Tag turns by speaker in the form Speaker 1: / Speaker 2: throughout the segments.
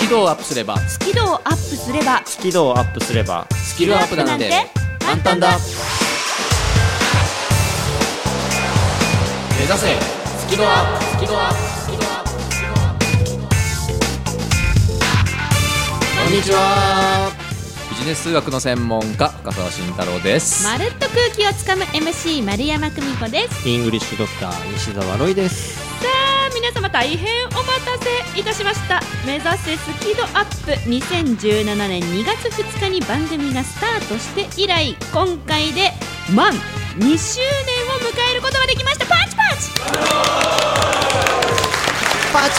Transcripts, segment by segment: Speaker 1: キ度をアップすれば
Speaker 2: スキルをアップすれば
Speaker 3: スキルをアップすれば
Speaker 1: スキルアップなんて簡単だ目指せスキルアップスキルアップスキルアップスキルアップこんにちはビジネス数学の専門家深澤慎太郎です
Speaker 2: まるっと空気をつかむ MC 丸山久美子です
Speaker 3: イングリッシュドクター西澤ロイです
Speaker 2: さあ皆様大変お待たせいたしました目指せスキドアップ2017年2月2日に番組がスタートして以来今回で満2周年を迎えることができましたパチパチ
Speaker 3: パチパチ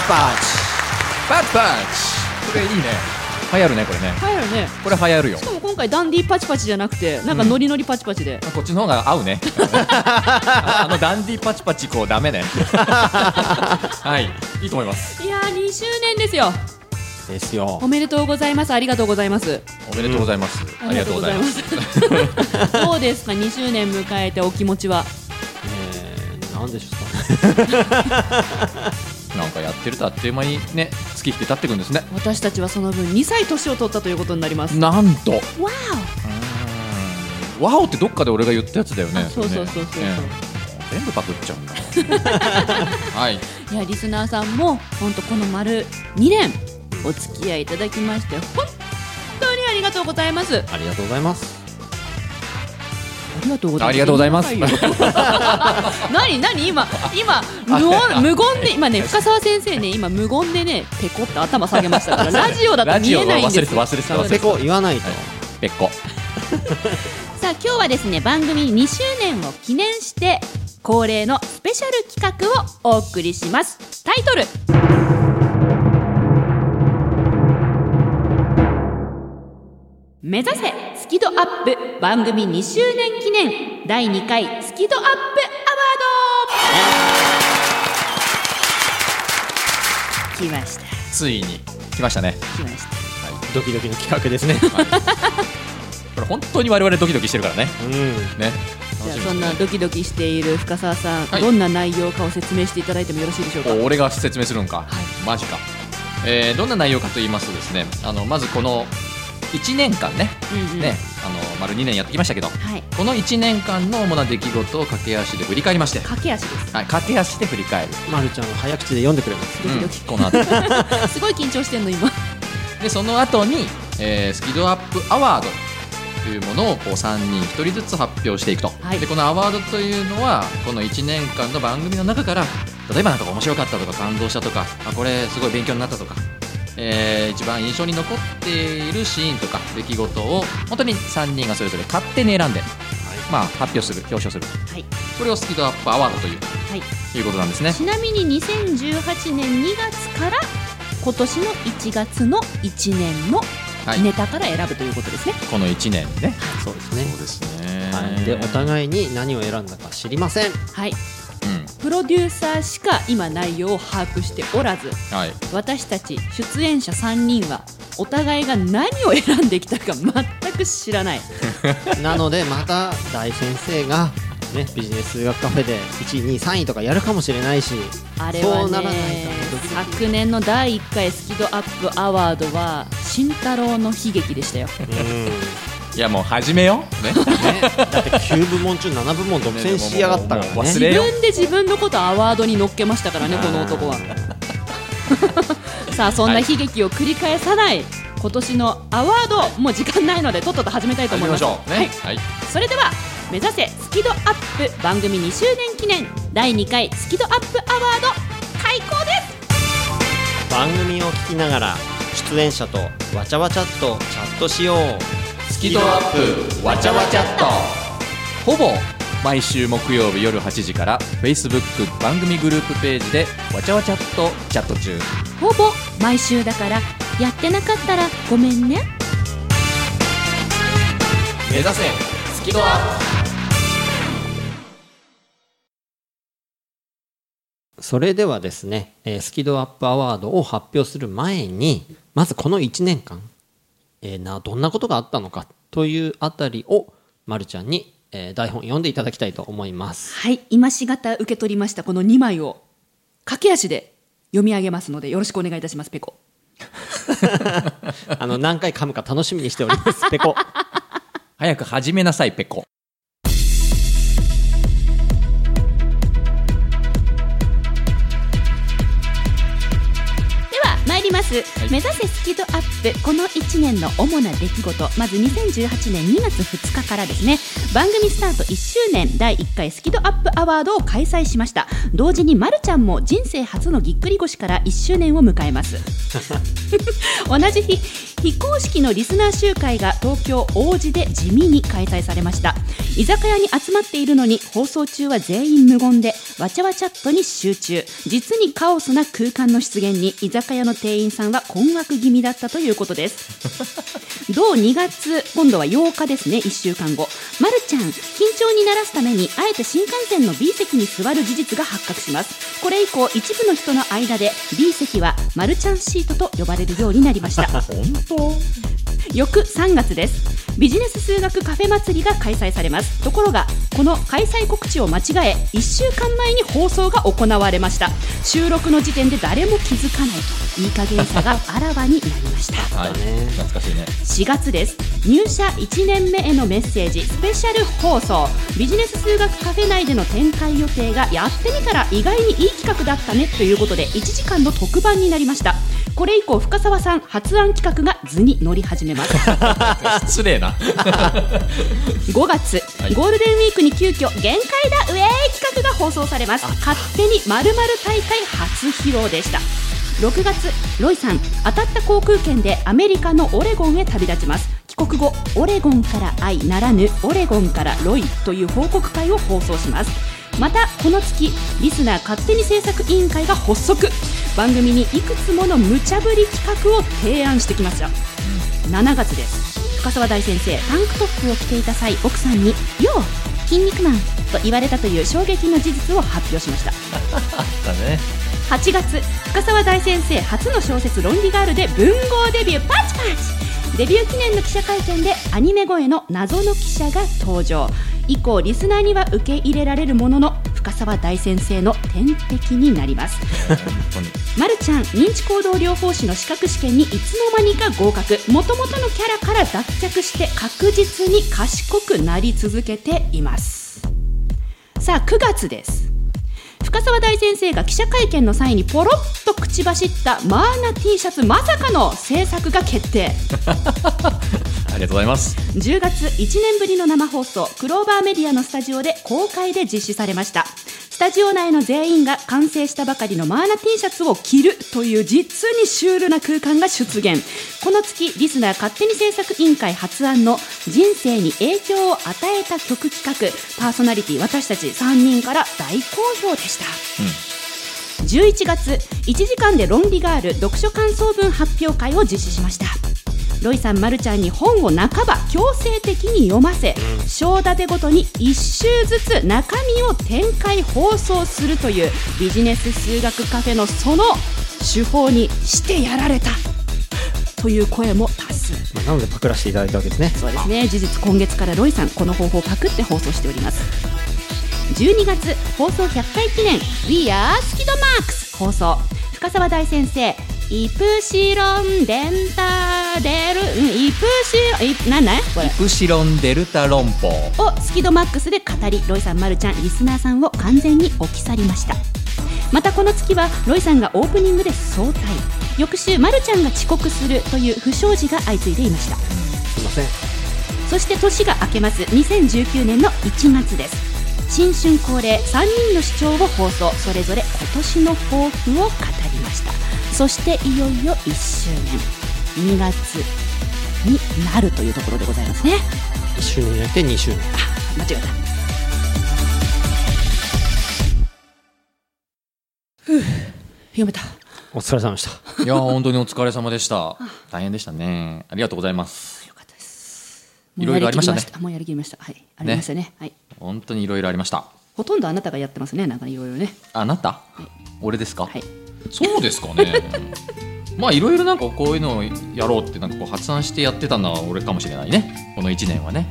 Speaker 1: パチパチこれいいね流行るねこれね
Speaker 2: 入るね
Speaker 1: これ流行るよ
Speaker 2: しかも今回ダンディパチパチじゃなくてなんかノリノリパチパチで、
Speaker 1: こっちの方が合うね あのダンディパチパチこうダ メねはいいいと思います
Speaker 2: いやー2周年ですよ
Speaker 3: ですよ
Speaker 2: おめでとうございますありがとうございます
Speaker 1: おめでとうございます、ありがとうございます
Speaker 2: すどうですか2周年迎えてお気持ちは
Speaker 3: えー、なんでしょ
Speaker 1: なんかやってるとあっという間にね月日って経ってくんですね
Speaker 2: 私たちはその分2歳年を取ったということになります
Speaker 1: なんと
Speaker 2: わ
Speaker 1: ワオってどっかで俺が言ったやつだよね
Speaker 2: あそうそうそうそうそう
Speaker 1: ね全部パクっちゃうん だはい
Speaker 2: おいやリスナーさんも本当この丸2年お付き合いいただきまして本当にありがとうございます
Speaker 3: う ありがとうございます
Speaker 2: ありがとうございます
Speaker 1: ありがとうございます
Speaker 2: 何何今今無音無言で今ね深澤先生ね今無言でねペコって頭下げまし たからラジオだと見えないんです
Speaker 1: ラジオ忘れ
Speaker 2: よ
Speaker 1: てた忘れてた忘れて
Speaker 3: ペコ言わないと、
Speaker 1: べっこ
Speaker 2: さあ今日はですね番組2周年を記念して恒例のスペシャル企画をお送りしますタイトル目指せスキドアップ番組2周年記念第2回スキドアップアワード来ました
Speaker 1: ついに来ましたね
Speaker 2: 来ました
Speaker 3: ドキドキの企画ですね
Speaker 1: これ本当に我々ドキドキしてるからね
Speaker 3: うん
Speaker 1: ね
Speaker 2: じゃあ
Speaker 1: 楽し
Speaker 2: そん
Speaker 1: み
Speaker 2: なドキドキしている深澤さん、
Speaker 1: はい
Speaker 2: どんな内容かを説明していただいてもよろしいでしょうか
Speaker 1: お俺が説明するんか、マジか、えーどんな内容かと言いますとですねあのまずこの1年間ね,、
Speaker 2: うんうん
Speaker 1: ねあの丸2年やってきましたけど
Speaker 2: はい
Speaker 1: この1年間の主な出来事を駆け足で振り返りまして、
Speaker 2: 駆け足です
Speaker 1: はい、駆け足で振り返る、
Speaker 3: まるちゃんは早口で読んでくれます
Speaker 2: ドキ
Speaker 1: う
Speaker 2: ド
Speaker 1: ん
Speaker 2: キ、
Speaker 1: この後
Speaker 2: すごい緊張してんの今
Speaker 1: でその後に、えースキドアップアワードというものをこう3人1人ずつ発表していくと、
Speaker 2: はい
Speaker 1: でこのアワードというのはこの1年間の番組の中から例えばなんか面白かったとか感動したとかあこれすごい勉強になったとか、えー一番印象に残っているシーンとか出来事を本当に3人がそれぞれ勝手に選んで、まあ、発表する表彰する
Speaker 2: はい、
Speaker 1: これをスキドアップアワードという
Speaker 2: はい、
Speaker 1: いうことなんですね
Speaker 2: ちなみに2018年2月から今年の1月の1年の
Speaker 1: はい
Speaker 2: ネタから選ぶということですね、
Speaker 1: この1年ね
Speaker 3: そうですね
Speaker 1: ですね
Speaker 3: はい、でお互いに何を選んだか知りません
Speaker 2: はい、
Speaker 1: うん
Speaker 2: プロデューサーしか今内容を把握しておらず
Speaker 1: はい、
Speaker 2: 私たち出演者3人はお互いが何を選んできたか 全く知らない
Speaker 3: なの でまた大先生が、ね、ビジネス数学カフェで1位2位3位とかやるかもしれないし
Speaker 2: あれは
Speaker 3: そう
Speaker 2: ね
Speaker 3: ならないとドキドキ
Speaker 2: 昨年の第1回スキドアップアワードは慎太郎の悲劇でしたよ
Speaker 1: いやもう始めよう、ね、
Speaker 3: ね、だって9部門中7部門独占しやがったからね
Speaker 1: もう忘れ
Speaker 2: 自
Speaker 1: よ
Speaker 2: 分で自分のことアワードに乗っけましたからねこの男はさあそんな悲劇を繰り返さない、今年のアワードもう時間ないのでとっとと始めたい と
Speaker 1: 始め
Speaker 2: 思い
Speaker 1: ま
Speaker 2: ま
Speaker 1: し
Speaker 2: す
Speaker 1: ょう
Speaker 2: はい
Speaker 1: ね、はい
Speaker 2: それでは目指せスキドアップ番組2周年記念第2回スキドアップアワード開講です
Speaker 3: 番組を聞きながら出演者とわちゃわちゃっとチャットしよう
Speaker 1: スキドアップわちゃわちゃっとほぼ毎週木曜日夜8時から Facebook 番組グループページでわちゃわちゃっとチャット中
Speaker 2: ほぼ毎週だからやってなかったらごめんね
Speaker 1: 目指せスキドアッ
Speaker 3: それではですね、えースキドアップアワードを発表する前にまずこの1年間、えーなどんなことがあったのかというあたりをまるちゃんに、えー台本読んでいただきたいと思い ます
Speaker 2: はい今しがた受け取りましたこの2枚を駆け足で読み上げますのでよろしくお願いいたしますペコ
Speaker 3: あの何回噛むか楽しみにしており ます。ペコ。
Speaker 1: 早く始めなさい、ペコ。
Speaker 2: では参ります、目指せスキドアップこの1年の主な出来事まず2018年2月2日からですね番組スタート1周年第1回スキドアップアワードを開催しました同時にまるちゃんも人生初のぎっくり腰から1周年を迎えます同じ日非公式のリスナー集会が東京王子で地味に開催されました居酒屋に集まっているのに放送中は全員無言でわちゃわちゃっとに集中実にカオスな空間の出現に居酒屋の店員さんは困惑気味だったということです同2月今度は8日ですね1週間後まるちゃん緊張にならすためにあえて新幹線の B 席に座る事実が発覚しますこれ以降一部の人の間で B 席はまるちゃんシートと呼ばれるようになりました 本当翌3月ですビジネス数学カフェ祭りが開催されますところがこの開催告知を間違え1週間前に放送が行われました収録の時点で誰も気づかないといい加減さがあらわになりました
Speaker 1: はい。懐かしいね。
Speaker 2: 4月です入社1年目へのメッセージスペシャル放送ビジネス数学カフェ内での展開予定がやってみたら意外にいい企画だったねということで1時間の特番になりましたこれ以降深澤さん発案企画が図に乗り始めます
Speaker 1: 失礼な。
Speaker 2: 5月、
Speaker 1: はい
Speaker 2: ゴールデンウィークに急遽限界だウェーイ企画が放送されます勝手にまる大会初披露でした6月ロイさん当たった航空券でアメリカのオレゴンへ旅立ちます帰国後オレゴンから愛ならぬオレゴンからロイという報告会を放送しますまたこの月リスナー勝手に制作委員会が発足番組にいくつもの無茶ぶり企画を提案してきました7月です深沢大先生タンクトップを着ていた際奥さんに「よう筋肉マン」と言われたという衝撃の事実を発表しました
Speaker 1: だね。
Speaker 2: 8月深沢大先生初の小説「論理ガール」で文豪デビューパチパチデビュー記念の記者会見でアニメ声の謎の記者が登場以降リスナーには受け入れられるものの深沢大先生の天敵になります
Speaker 1: 本当に。
Speaker 2: ま、るちゃん認知行動療法士の資格試験にいつの間にか合格もともとのキャラから脱却して確実に賢くなり続けていますさあ9月です深沢大先生が記者会見の際にポロッと口走ったマーナ T シャツまさかの制作が決定
Speaker 1: ありがとうございます。
Speaker 2: 10月1年ぶりの生放送クローバーメディアのスタジオで公開で実施されましたスタジオ内の全員が完成したばかりのマーナ T シャツを着るという実にシュールな空間が出現この月リスナー勝手に制作委員会発案の人生に影響を与えた曲企画パーソナリティ私たち3人から大好評でした11月1時間で論理ガール読書感想文発表会を実施しましたロイさん、ま、るちゃんに本を半ば強制的に読ませ章立てごとに1週ずつ中身を展開放送するというビジネス数学カフェのその手法にしてやられたという声も多数
Speaker 3: まあ、なのでパクらせていただいたわけですね。
Speaker 2: そうですね事実今月からロイさんこの方法をパクって放送しております12月放送100回記念「We are スキドマークス」放送深沢大先生イプシロンデンタデルうんイプシロン何なんこれ
Speaker 1: プシロンデルタ論法。
Speaker 2: をスキドマックスで語りロイさん、ま、るちゃんリスナーさんを完全に置き去りましたまたこの月はロイさんがオープニングで早退翌週、ま、るちゃんが遅刻するという不祥事が相次いでいました
Speaker 3: すいません。
Speaker 2: そして年が明けます2019年の1月です新春恒例3人の主張を放送それぞれ今年の抱負を語りましたそしていよいよ1周年2月になるというところでございますね
Speaker 3: 1周年じゃなくて2周年。
Speaker 2: 間違えたふう読めた
Speaker 3: お疲れ様でした。
Speaker 4: いやー本当にお疲れ様で した。大変でしたね。ありがとうございます。
Speaker 2: よかったです
Speaker 4: いろいろありましたね
Speaker 2: もうやりきりもうやりきりましたはいありましたねはい
Speaker 4: 本当にいろいろありました。
Speaker 2: ほとんどあなたがやってますねなんかいろいろね
Speaker 4: あなた、俺ですか、
Speaker 2: はい
Speaker 4: そうですか ねまあいろいろなんかこういうのをやろうってなんかこう発案してやってたのは俺かもしれないねこの1年はね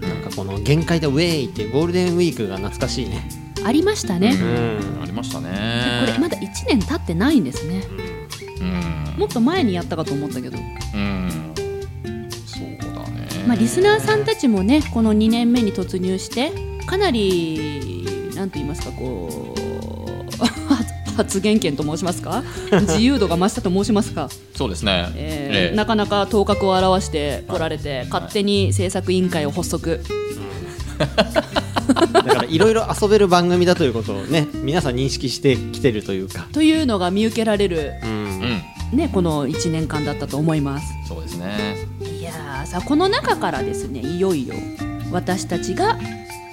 Speaker 3: なんかこの限界だウェイってゴールデンウィークが懐かしいね。
Speaker 2: ありましたね、
Speaker 4: う
Speaker 3: うんん。
Speaker 4: ありました
Speaker 2: これ
Speaker 4: ね
Speaker 2: まだ1年経ってないんですね
Speaker 4: うん
Speaker 2: もっと前にやったかと思ったけど、
Speaker 4: うんそうだね
Speaker 2: まあ、リスナーさんたちもねこの2年目に突入してかなりなんと言いますかこう 発言権と申しま すか自由度が増したと申しますか、
Speaker 4: そうですね
Speaker 2: えー
Speaker 4: ええ
Speaker 2: なかなか頭角を現してこられて、勝手に制作委員会を発足、
Speaker 3: だからいろいろ遊べる番組だということをね皆さん認識してきてるというか、
Speaker 2: というのが見受けられる、
Speaker 3: うん
Speaker 4: うん
Speaker 2: ね、この1年間だったと思います。
Speaker 4: そうですね
Speaker 2: いやーさあこの中からですねいよいよ私たちが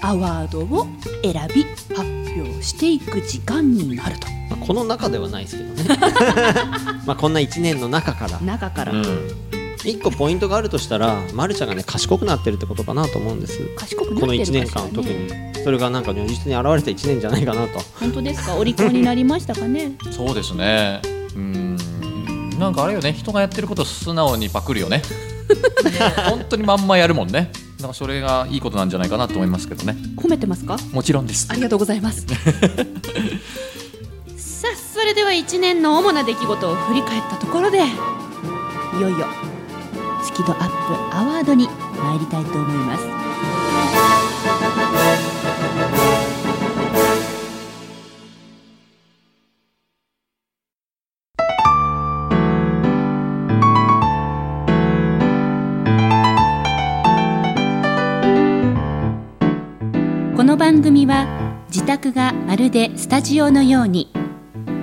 Speaker 2: アワードを選び発表していく時間になると
Speaker 3: まあこの中ではないですけどねまあこんな1年の中から
Speaker 2: 中から、
Speaker 4: うん
Speaker 3: 1個ポイントがあるとしたら、ま、るちゃんがね賢くなってるってことかなと思うんです
Speaker 2: 賢くなってる
Speaker 3: この
Speaker 2: か
Speaker 3: 1
Speaker 2: しら
Speaker 3: 年
Speaker 2: ね
Speaker 3: 間特にそれがなんか如実に現れた1年じゃないかなと
Speaker 2: 本当ですかお利口になりましたか ね
Speaker 4: そうですねうんなんかあれよね人がやってること素直にパクる よね本当にまんまやるもんねだからそれがいいことなんじゃないかなと思いますけどね
Speaker 2: 褒めてますか
Speaker 4: もちろんです
Speaker 2: ありがとうございます さあそれでは1年の主な出来事を振り返ったところでいよいよ月度アップアワードに参りたいと思いますこの番組は自宅がまるでスタジオのように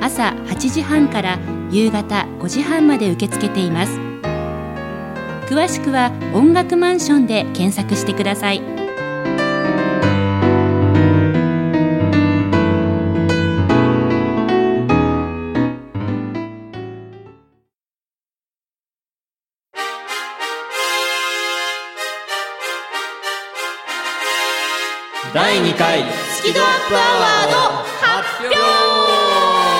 Speaker 2: 朝8時半から夕方5時半まで受け付けています詳しくは音楽マンションで検索してください
Speaker 3: 第2回
Speaker 2: スキドアップアワード発表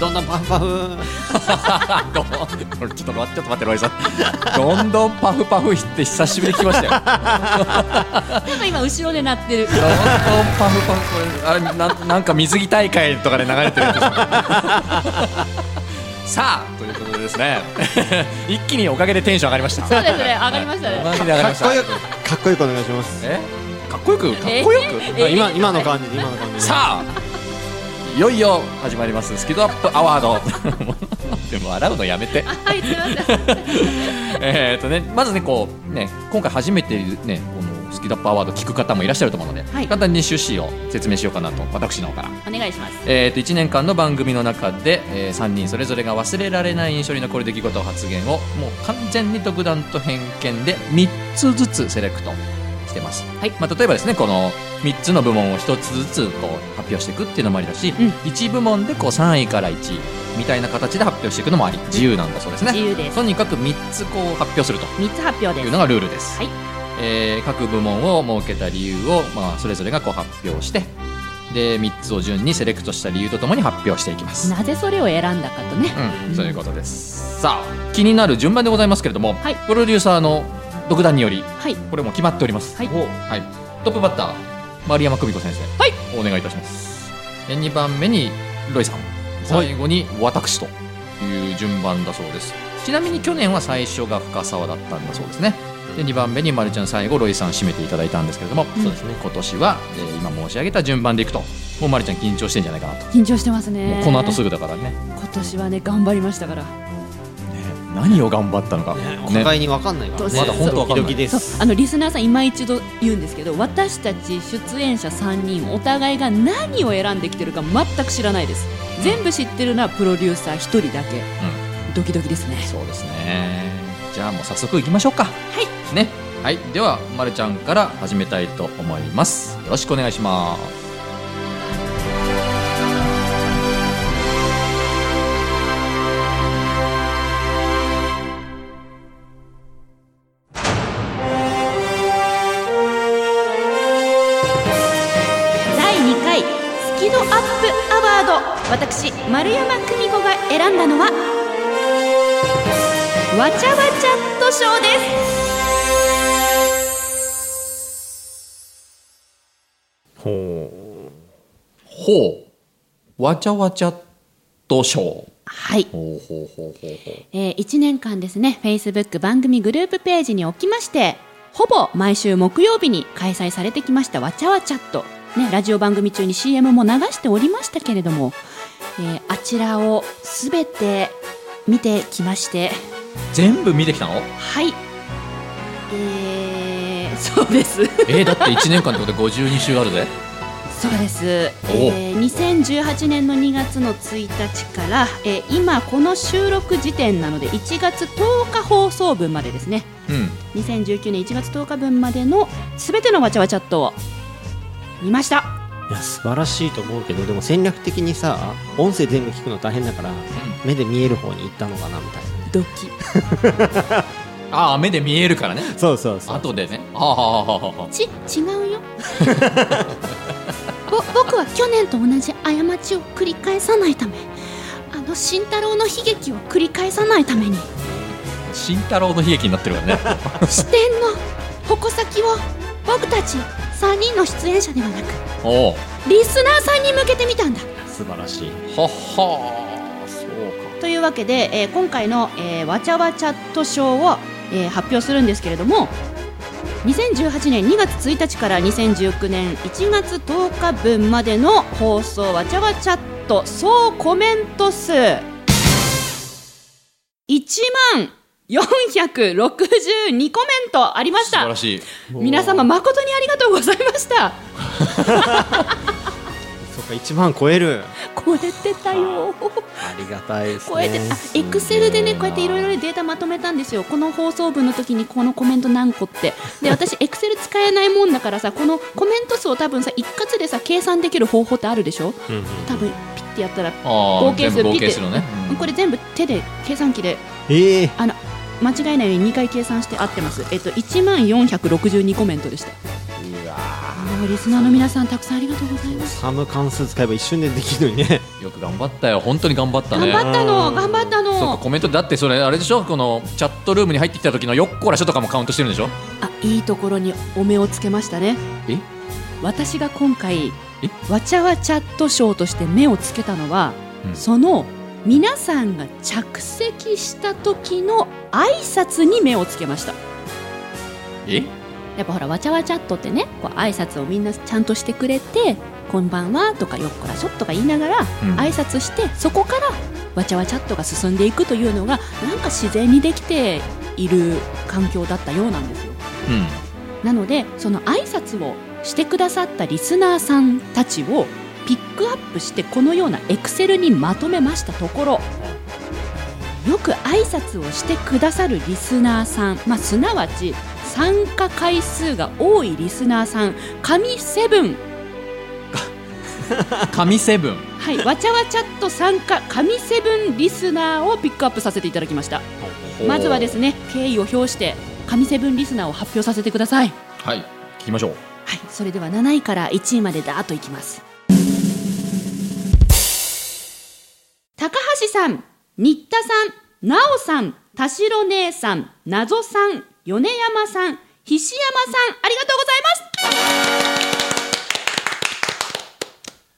Speaker 3: どんどんパフパフ
Speaker 1: どんこれちょっと待ってちょっと待ってロイさんどんどんパフパフって久しぶりに来ましたよ どんどん
Speaker 2: なんか今後ろで鳴ってる
Speaker 1: パフパフこれあれなんなんか水着大会とかで流れてるやつですよ さあということでですね 一気におかげでテンション上がりました
Speaker 2: そうですね上がりましたね
Speaker 1: マジで上がり
Speaker 3: か
Speaker 1: ま
Speaker 3: っ
Speaker 1: した
Speaker 3: こよくかっこよくお願いします
Speaker 1: えかっこよくかっこよく、
Speaker 2: え
Speaker 3: 今今の感じで今の感じで
Speaker 1: さあいよいよ始まりますスキドアップアワード でも笑うのやめて
Speaker 2: はいすいません
Speaker 1: えーっとねまずねこうね今回初めてねこのスキドアップアワード聞く方もいらっしゃると思うので、
Speaker 2: はい
Speaker 1: 簡単に趣旨を説明しようかなと私の方から
Speaker 2: お願いします
Speaker 1: えー、と1年間の番組の中で、え3人それぞれが忘れられない印象に残る出来事を発言をもう完全に独断と偏見で3つずつセレクトしてます、
Speaker 2: はい
Speaker 1: まあ、例えばですねこの3つの部門を1つずつこう発表していくっていうのもありだし、
Speaker 2: うん
Speaker 1: 1部門でこう3位から1位みたいな形で発表していくのもあり自由なんだそうです
Speaker 2: 自
Speaker 1: ね
Speaker 2: 由です
Speaker 1: とにかく3つこう発表すると
Speaker 2: 三つ発表
Speaker 1: と
Speaker 2: で
Speaker 1: いう
Speaker 2: す
Speaker 1: のがルールです、
Speaker 2: はい
Speaker 1: えー各部門を設けた理由を、まあ、それぞれがこう発表してで3つを順にセレクトした理由とともに発表していきます、
Speaker 2: なぜそれを選んだかとね
Speaker 1: うん、そういうことですさあ気になる順番でございますけれども、
Speaker 2: はい
Speaker 1: プロデューサーの独断により
Speaker 2: はい
Speaker 1: これもう決まっております、
Speaker 2: はい
Speaker 1: はいトップバッター丸山久美子先生
Speaker 2: はい
Speaker 1: お願いいたしますで2番目にロイさん
Speaker 3: はい
Speaker 1: 最後に私という順番だそうですちなみに去年は最初が深澤だったんだそうですねで2番目に丸ちゃん最後ロイさん締めていただいたんですけれども、
Speaker 2: ん
Speaker 1: そうですね今年は、えー今申し上げた順番でいくともう丸ちゃん緊張してんじゃないかなと、
Speaker 2: 緊張してますね
Speaker 1: もうこの後す
Speaker 2: ぐ
Speaker 1: ぐだからね
Speaker 2: 今年はね頑張りましたから
Speaker 1: 何を頑張ったのか、
Speaker 3: ねお
Speaker 1: ね
Speaker 3: 互いに分かんないからね
Speaker 2: まだ
Speaker 1: 本当分かんない
Speaker 3: ドキドキで
Speaker 2: そう
Speaker 3: す
Speaker 2: あのリスナーさん今一度言うんですけど私たち出演者3人お互いが何を選んできてるか全く知らないです全部知ってるのはプロデューサー1人だけ、ドキドキですね
Speaker 1: そうですねじゃあもう早速いきましょうかはいねはいではまるちゃんから始めたいと思いますよろしくお願いします
Speaker 2: 第2回スキドアップアワード私丸山久美子が選んだのはわちゃわちゃっと賞です
Speaker 3: ほ
Speaker 1: ほうわちゃわちゃっとショー
Speaker 2: はい、
Speaker 1: ほうほうほうほうほう
Speaker 2: え1年間ですね Facebook 番組グループページにおきましてほぼ毎週木曜日に開催されてきましたわちゃわちゃっと、ね、ラジオ番組中に CM も流しておりましたけれども、えーあちらをすべて見てきまして
Speaker 1: 全部見てきたの
Speaker 2: はいえー、そうです
Speaker 1: えー、だって1年間ってことで52週あるぜ
Speaker 2: そうです、え
Speaker 1: お
Speaker 2: ー、2018年の2月の1日から、えー今この収録時点なので1月10日放送分までですね
Speaker 1: うん
Speaker 2: 2019年1月10日分までのすべてのわちゃわちゃっとを見ました
Speaker 3: ういや素晴らしいと思うけどでも戦略的にさ音声全部聞くの大変だから、目で見える方に行ったのかなみたいな
Speaker 2: ドキ
Speaker 1: ああ目で見えるからね
Speaker 3: そうそうそう
Speaker 1: 後でねああああああああ
Speaker 2: ち違うよ ぼ僕は去年と同じ過ちを繰り返さないためあの慎太郎の悲劇を繰り返さないた めに
Speaker 1: 慎太郎の悲劇になってるからね
Speaker 2: 視点の矛先を僕たち3人の出演者ではなく
Speaker 1: おお
Speaker 2: リスナーさんに向けてみたんだ
Speaker 3: 素晴らしい
Speaker 1: はっはーそう
Speaker 2: というわけで、えー今回の、えーわちゃわちゃっと賞を、えー発表するんですけれども2018年2月1日から2019年1月10日分までの放送わちゃわちゃっと総コメント数1万462コメントありま
Speaker 1: か
Speaker 2: し
Speaker 1: 素晴
Speaker 2: た
Speaker 1: らしい
Speaker 2: 皆様誠にありがとうございました
Speaker 3: そっか1万超える
Speaker 2: 超えてたよ
Speaker 3: ありがたいですね
Speaker 2: こうやってあエクセルでねこうやっていろいろデータまとめたんですよこの放送分の時にこのコメント何個ってで私エクセル使えないもんだからさこのコメント数を多分さ一括でさ計算できる方法ってあるでしょ
Speaker 3: うんうん
Speaker 2: 多分ピッてやったら
Speaker 1: 合
Speaker 2: 合計数
Speaker 1: 合
Speaker 2: ピ
Speaker 1: 計
Speaker 2: ッて
Speaker 1: するのね、うん
Speaker 2: これ全部手で計算機で
Speaker 3: ええ
Speaker 2: あの間違いないように2回計算して合ってますえっと1万462コメントでした
Speaker 3: うわ
Speaker 2: もうリスナーの皆さんたくさんありがとうございます
Speaker 3: サム関数使えば一瞬でできるのにね
Speaker 1: よく頑張ったよ本当に頑張った
Speaker 2: 頑
Speaker 1: ね
Speaker 2: 張ったの頑張った
Speaker 1: そうか
Speaker 2: の
Speaker 1: コメントだってそれあれでしょこのチャットルームに入ってきた時のよっこらしょとかもカウントしてるんでしょ
Speaker 2: あいいところにお目をつけましたね
Speaker 1: え
Speaker 2: 私が今回
Speaker 1: え
Speaker 2: わちゃわちゃっと賞として目をつけたのは、
Speaker 1: うん
Speaker 2: その皆さんが着席した時の挨拶に目をつけました
Speaker 1: え
Speaker 2: やっぱほらわちゃわちゃっとってねこう挨拶をみんなちゃんとしてくれて「こんばんは」とか「よっこらしょ」とか言いながら
Speaker 1: うん
Speaker 2: 挨拶して、そこからわちゃわちゃっとが進んでいくというのがなんか自然にできている環境だったようなんですよ
Speaker 1: うん
Speaker 2: なのでその挨拶をしてくださったリスナーさんたちをピックアップしてこのようなエクセルにまとめましたところよく挨拶をしてくださるリスナーさん、まあ、すなわち参加回数が多いリスナーさん神セブン、
Speaker 1: 神セブン
Speaker 2: はい、わちゃわちゃっと参加神セブンリスナーをピックアップさせていただきましたまずはですね敬意を表して神セブンリスナーを発表させてください
Speaker 1: はい聞きましょう
Speaker 2: はい、それでは7位から1位までだーっといきます。高橋さん、新田さん、なおさん、田代姉さん、謎さん、米山さん、菱山さん、ありがとうございます。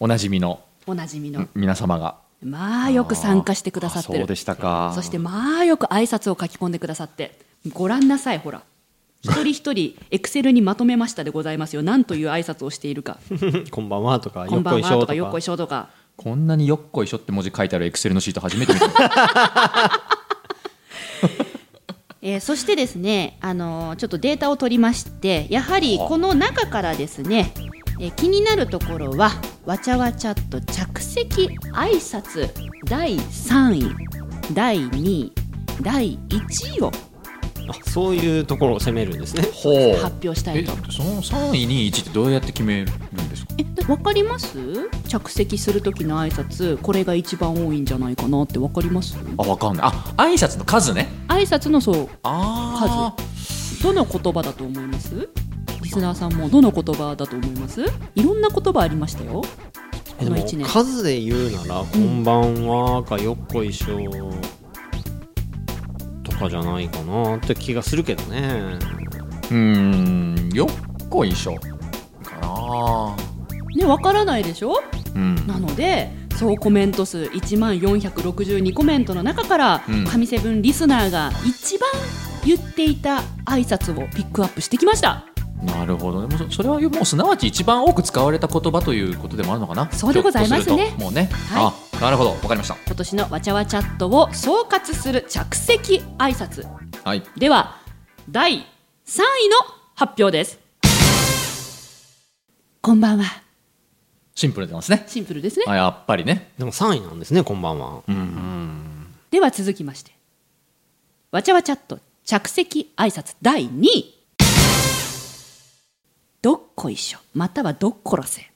Speaker 1: おなじみの
Speaker 2: おなじみの、
Speaker 1: 皆様が
Speaker 2: まあよく参加してくださって
Speaker 1: あそうで
Speaker 2: る。
Speaker 1: したか
Speaker 2: そしてまあよく挨拶を書き込んでくださって、ご覧なさい、ほら。一人一人、エクセルにまとめましたでございますよ。なんという挨拶をしているか。
Speaker 3: こんばんはとか
Speaker 2: こん
Speaker 3: よっ
Speaker 2: ば
Speaker 3: こ
Speaker 2: ん
Speaker 3: いし
Speaker 2: は
Speaker 3: ょ
Speaker 2: と
Speaker 3: と
Speaker 2: か、
Speaker 3: か
Speaker 2: よっこいしょとか。
Speaker 1: こんなによっこいしょって文字書いてあるエクセルのシート初めて見た
Speaker 2: えーそしてですね、あのーちょっとデータを取りましてやはりこの中からですね、えー気になるところはわちゃわちゃっと着席挨拶第3位第2位第1位を
Speaker 3: あそういうところを攻めるんですね
Speaker 1: ほ
Speaker 2: 発表したい
Speaker 1: え
Speaker 2: と
Speaker 1: その3位2位1位ってどうやって決めるんですか
Speaker 2: えでわかります着席する時の挨拶これが一番多いんじゃないかなってわかります
Speaker 1: あわかんないあ挨拶の数ね
Speaker 2: 挨拶のそう
Speaker 1: あ
Speaker 2: どの言葉だと思いますリスナーさんもどの言葉だと思いますいろんな言葉ありましたよこ
Speaker 3: えで
Speaker 2: の
Speaker 3: も
Speaker 2: 1年
Speaker 3: 数で言うなら「こんばんは」か「よっこいしょ」とかじゃないかなって気がするけどね
Speaker 1: 数うーんよっこいしょかな
Speaker 2: ねわからないでしょ
Speaker 1: うん
Speaker 2: なのでそうコメント数1万462コメントの中から、
Speaker 1: うん
Speaker 2: 神セブンリスナーが一番言っていた挨拶をピックアップしてきました
Speaker 1: なるほどねもうそそれはもうすなわち一番多く使われた言葉ということでもあるのかな
Speaker 2: そうでございま
Speaker 1: ひ
Speaker 2: すね
Speaker 1: ょっとるともうね、
Speaker 2: は
Speaker 1: あなるほどわかりました
Speaker 2: 今年のわちゃわチャットを総括する着席挨拶
Speaker 1: はい
Speaker 2: では第3位の発表ですこんばんは
Speaker 1: シンプルでますね
Speaker 2: シンプルですね、
Speaker 1: あやっぱりね
Speaker 3: でも3位なんですね「こんばんは」
Speaker 2: では続きましてわちゃわちゃっと着席挨拶第2位どっこいしょまたはどっこらせ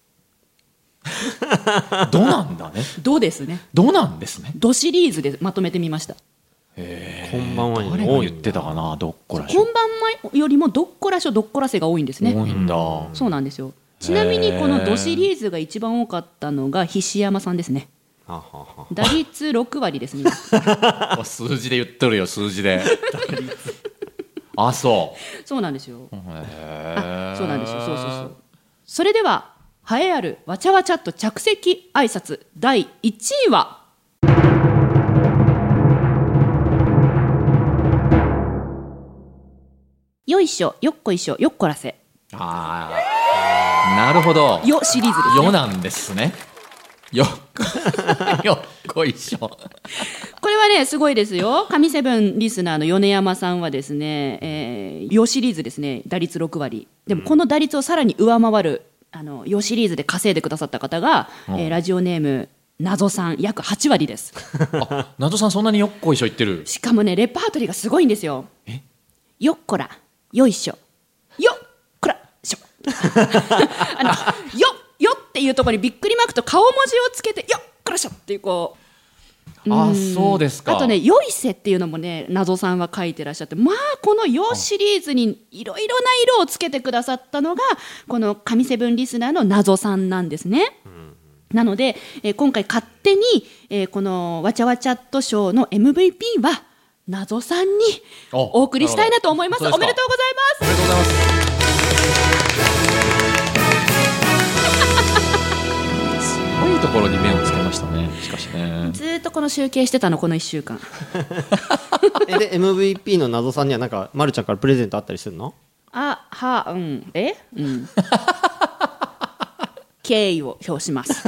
Speaker 1: どなんだね
Speaker 2: どうですね
Speaker 1: どなんですね
Speaker 2: どシリーズでまとめてみました
Speaker 3: こんばんは」に
Speaker 1: 誰が
Speaker 3: 多い
Speaker 1: 言ってたかなどっこらし
Speaker 2: こ
Speaker 1: ょ
Speaker 2: んばんはよりもどっこらしょどっこらせが多いんですね
Speaker 1: 多いんだ
Speaker 2: そうなんですよちなみにこのどシリーズが一番多かったのが菱山さんですね
Speaker 3: あはは
Speaker 2: 打率6割ですね
Speaker 1: あ数字で言っとるよ数字 であそう
Speaker 2: そうなんですよ
Speaker 1: へー
Speaker 2: そうなんですよ。そうそうそう。それでは、栄えあるわちゃわちゃっと着席挨拶第1位は。よいしょ、よっこいしょ、よっこらせ。
Speaker 1: あーなるほど
Speaker 2: よシリーズです、ね。
Speaker 1: よなんですねよっ よっこいしょ
Speaker 2: これはね、すごいですよ。神セブンリスナーの米山さんはですね、えー、よシリーズですね、打率6割。でも、この打率をさらに上回る、あの、よシリーズで稼いでくださった方が、えーラジオネーム、謎さん、約8割です。
Speaker 1: あ謎さんそんなによっこいしょ言ってる
Speaker 2: しかもね、レパートリーがすごいんですよ。よっこら、よいしょ。よっこら、しょ。あの、よっ、よっていうところにびっくりマークと顔文字をつけて、よっこらしょっていうこう。
Speaker 1: あそうですか
Speaker 2: あとね、よいせっていうのもね、謎さんは書いてらっしゃって、まあ、このよシリーズにいろいろな色をつけてくださったのが、この神セブンリスナーの謎さんなんですね。なので、えー今回勝手に、えーこのわちゃわちゃっとショーの MVP は、謎さんに
Speaker 1: あ
Speaker 2: お送りしたいなと思います。
Speaker 1: なる
Speaker 2: お
Speaker 1: ほど
Speaker 2: めでとうござ
Speaker 1: あ
Speaker 2: います
Speaker 1: りがとうございます。すごいところに目をつけましたね。しかしね。
Speaker 2: ずーっとこの集計してたの、この1週間。
Speaker 3: えで MVP の謎さんにはなんか、ま、るちゃんからプレゼントあったりするの
Speaker 2: あ、は、うん、え うん。敬意を表し ます。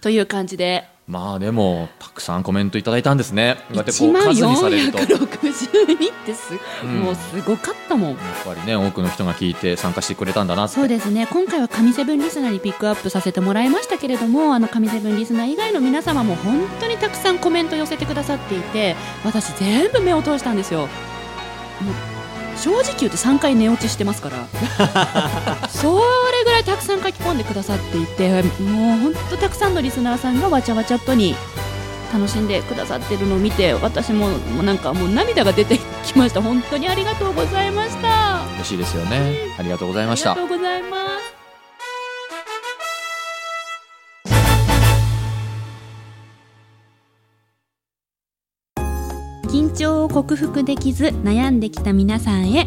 Speaker 2: という感じで、
Speaker 1: まあでもたくさんコメントいただいたんですね。だってこ
Speaker 2: 1
Speaker 1: う
Speaker 2: 万
Speaker 1: 数にされるとやっ
Speaker 2: 462ってす、もうすごかったもん。
Speaker 1: ぱりね多くの人が聞いて参加してくれたんだなって。
Speaker 2: そうですね今回は神セブンリスナーにピックアップさせてもらいましたけれどもあの神セブンリスナー以外の皆様も本当にたくさんコメント寄せてくださっていて私全部目を通したんですよもう正直言って3回寝落ちしてますからそれぐらいたくさん書き込んでくださっていてもう本当たくさんのリスナーさんがわちゃわちゃっとに楽しんでくださってるのを見て私ももうなんかもう涙が出てきました本当にありがとうございました
Speaker 1: 嬉しいですよね。ありがとうございまし
Speaker 2: あ
Speaker 1: た
Speaker 2: り。がとうございます緊張を克服できず悩んできた皆さんへ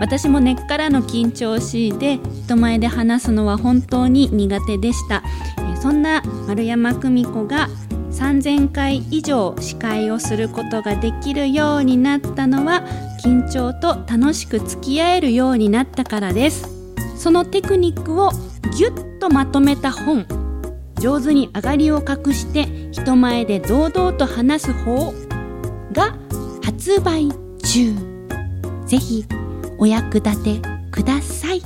Speaker 2: 私も根っからの緊張を強いて人前で話すのは本当に苦手でしたえーそんな丸山久美子が3000回以上司会をすることができるようになったのは緊張と楽しく付き合えるようになったからですそのテクニックをぎゅっとまとめた本上手に上がりを隠して人前で堂々と話す方が発売中ぜひお役立てください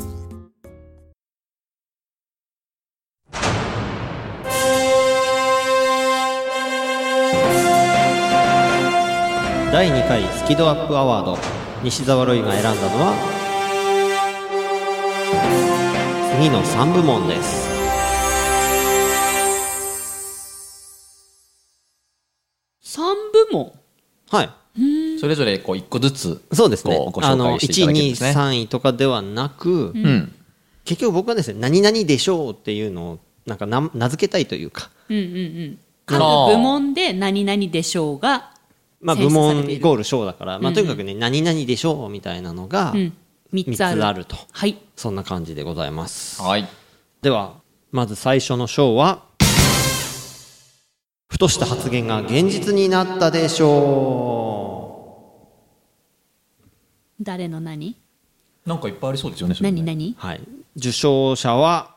Speaker 3: 第2回スキドアップアワード西澤ロイが選んだのは次の3部門です
Speaker 2: 三部門
Speaker 3: はい
Speaker 1: それぞれこう一個ずつ
Speaker 3: そうですね
Speaker 1: こうご
Speaker 3: あ
Speaker 1: 紹
Speaker 3: の
Speaker 1: 介していただける
Speaker 3: 1位
Speaker 1: ん
Speaker 3: 2位
Speaker 1: ですね
Speaker 3: 3位とかではな
Speaker 1: う
Speaker 3: く、
Speaker 1: ん
Speaker 3: 結局僕はですね何々でしょうっていうのをなんかな名付けたいというか、
Speaker 2: うんうんうん
Speaker 1: あー
Speaker 2: 各部門で何々でしょうが、
Speaker 3: まあ、
Speaker 2: 選
Speaker 3: 部
Speaker 2: 出され
Speaker 3: 門
Speaker 2: ている
Speaker 3: イコール賞だから、まあ、とにかくね、何々でしょうみたいなのが
Speaker 2: うん、3
Speaker 3: 3
Speaker 2: つ
Speaker 3: つ
Speaker 2: ある
Speaker 3: あると、
Speaker 2: はい
Speaker 3: そんな感じでございます
Speaker 1: はい
Speaker 3: ではまず最初の賞はふとした発言が現実になったでしょ
Speaker 2: 誰の何
Speaker 1: なんかいっぱいありそうですよねそれね
Speaker 2: 何何
Speaker 3: うはい受賞者は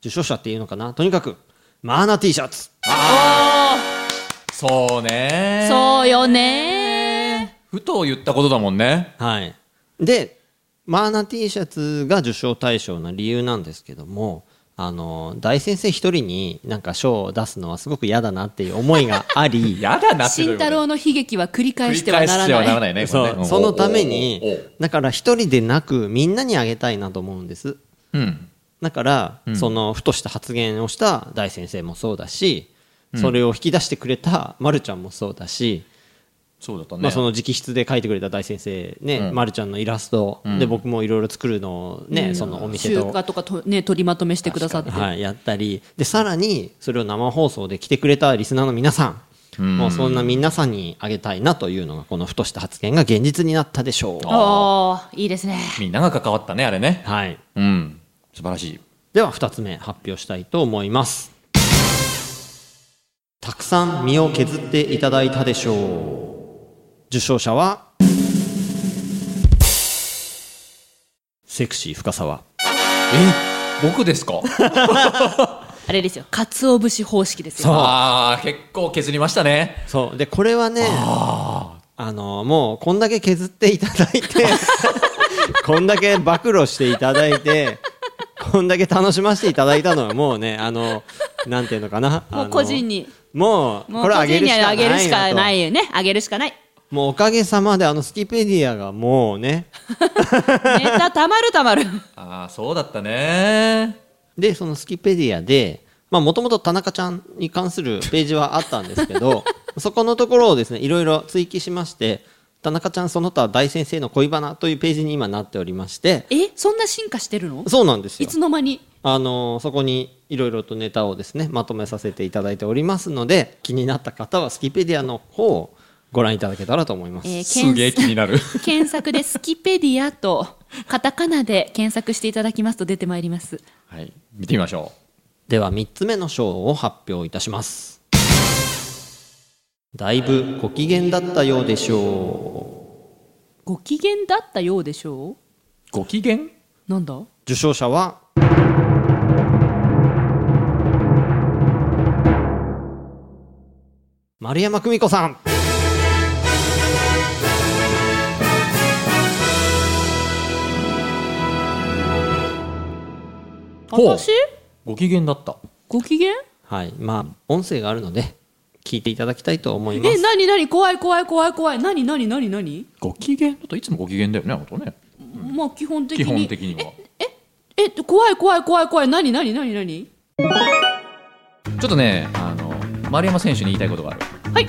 Speaker 3: 受賞者っていうのかなとにかくマーナ T シャツ
Speaker 1: そうね
Speaker 2: そうよね
Speaker 1: ふと言ったことだもんね
Speaker 3: はい、でマーナ T シャツが受賞対象の理由なんですけどもあの大先生一人になんか賞を出すのはすごく嫌だなっていう思いがあ り
Speaker 1: やだなって
Speaker 2: 慎太郎の悲劇は繰り返
Speaker 1: 繰
Speaker 2: し
Speaker 1: り
Speaker 2: ては
Speaker 1: 返
Speaker 2: なら
Speaker 1: してはなら
Speaker 2: ない
Speaker 1: ないねこ
Speaker 3: そ
Speaker 1: れね
Speaker 3: うそのために
Speaker 1: お
Speaker 3: だから一人でなくみんなにあげたいなと思うんです
Speaker 1: おおうん
Speaker 3: だから、そのふとした発言をした大先生もそうだしそれを引き出してくれたまるちゃんもそうだし、
Speaker 1: そうだった
Speaker 3: ま
Speaker 1: ね
Speaker 3: あ、その直筆で書いてくれた大先生ね、
Speaker 1: うん
Speaker 3: まるちゃんのイラスト、で僕もいろいろ作るのをね、そのお店
Speaker 2: 中
Speaker 3: と
Speaker 2: 華とかと、ね、取りまとめしてくださって、
Speaker 3: はい、やったりでさらにそれを生放送で来てくれたリスナーの皆さん、もうそんな皆さんにあげたいなというのがこのふとした発言が現実になったでしょう。
Speaker 2: おーいいですね
Speaker 1: みんなが関わったねあれね
Speaker 3: はい、
Speaker 1: うん素晴らしい
Speaker 3: では2つ目発表したいと思いますたくさん身を削っていただいたでしょう受賞者はセクシー深沢
Speaker 1: え僕です か
Speaker 2: あれですよ鰹節方式ですよ
Speaker 1: ああ結構削りましたね
Speaker 3: そうでこれはねあのもうこんだけ削っていただいて こんだけ暴露していただいてこんだけ楽しませていただいたのはもうねあのなんていうのかなあ
Speaker 2: もう
Speaker 3: の
Speaker 2: 個人に
Speaker 3: もう
Speaker 2: も
Speaker 3: こ
Speaker 2: う
Speaker 3: れ
Speaker 2: 個
Speaker 3: あげ
Speaker 2: 人に
Speaker 3: るしか
Speaker 2: あ
Speaker 3: ないな
Speaker 2: げるしか
Speaker 3: と
Speaker 2: ないよねあげるしかない
Speaker 3: もうおかげさまであのスキペディアがもうね
Speaker 2: ネタたまるたまる
Speaker 1: ああそうだったね
Speaker 3: でそのスキペディアでもともと田中ちゃんに関するページはあったんですけ どそこのところをですねいろいろ追記しまして田中ちゃんその他大先生の恋バナというページに今なっておりまして
Speaker 2: えそんな進化してるの
Speaker 3: そうなんです
Speaker 2: い
Speaker 3: よ
Speaker 2: つの間に
Speaker 3: あのそこにいろいろとネタをですねまとめさせていただいておりますので気になった方はスキペディアの方をご覧いただけたらと思います、
Speaker 2: えー
Speaker 1: すげえ気に なる
Speaker 2: 検索でスキペディアとカタカナで検索していただきますと出てまいります
Speaker 1: はい見てみましょ
Speaker 3: では3つ目の賞を発表いたしますだいぶご機嫌だったようでしょう
Speaker 2: ご機嫌だったようでし
Speaker 1: う
Speaker 2: ょ
Speaker 1: ご機嫌
Speaker 2: うなんだ
Speaker 3: 受賞者は丸山久美子さん
Speaker 1: ほう
Speaker 2: 私
Speaker 1: ご機嫌だった
Speaker 2: ご機嫌
Speaker 3: はいまあ音声があるので聞いていただきたいと思いま
Speaker 2: え
Speaker 3: す
Speaker 2: 何何怖い怖い怖い怖い何何何何
Speaker 1: ご機嫌だといつもご機嫌だよねあなたね
Speaker 2: まあ基本的
Speaker 1: 基
Speaker 2: に
Speaker 1: 本的には
Speaker 2: え怖い怖い怖い怖い何何何何
Speaker 1: ちょっとねあの丸山選手に言いたいことがある
Speaker 2: はい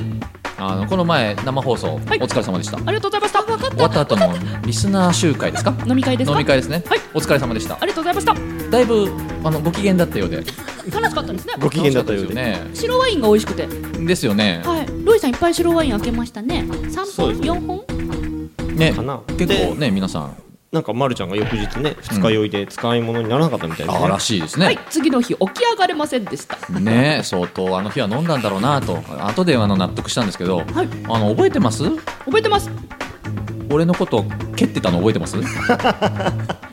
Speaker 1: あのこの前生放送、
Speaker 2: い
Speaker 1: お疲れ様でした
Speaker 2: ありがとうございました分かっ
Speaker 1: 終わった後のリスナー集会ですか
Speaker 2: 飲み会ですか
Speaker 1: 飲み会ですね、
Speaker 2: はい
Speaker 1: お疲れ様でした
Speaker 2: ありがとうございました
Speaker 1: だいぶあのご機嫌だったようで
Speaker 2: 楽しかったですね
Speaker 3: ご機嫌だったようで
Speaker 1: ね
Speaker 2: 白ワインが美味しくて
Speaker 1: ですよね
Speaker 2: はいロイさんいっぱい白ワイン開けましたね三
Speaker 3: そうで
Speaker 2: 本四
Speaker 3: す
Speaker 2: 本
Speaker 1: ね
Speaker 3: かな
Speaker 1: 結構ね皆さん
Speaker 3: なんかまるちゃんが翌日ね二日酔いで使い物にならなかったみたいです
Speaker 1: あ
Speaker 3: ね
Speaker 1: らしいですね、
Speaker 2: はい次の日起き上がれませんでした
Speaker 1: ね相当あの日は飲んだんだろうなと後であの納得したんですけど、
Speaker 2: はい
Speaker 1: あの覚えてます
Speaker 2: 覚えてます
Speaker 1: 俺のこと蹴ってたの覚えてますリ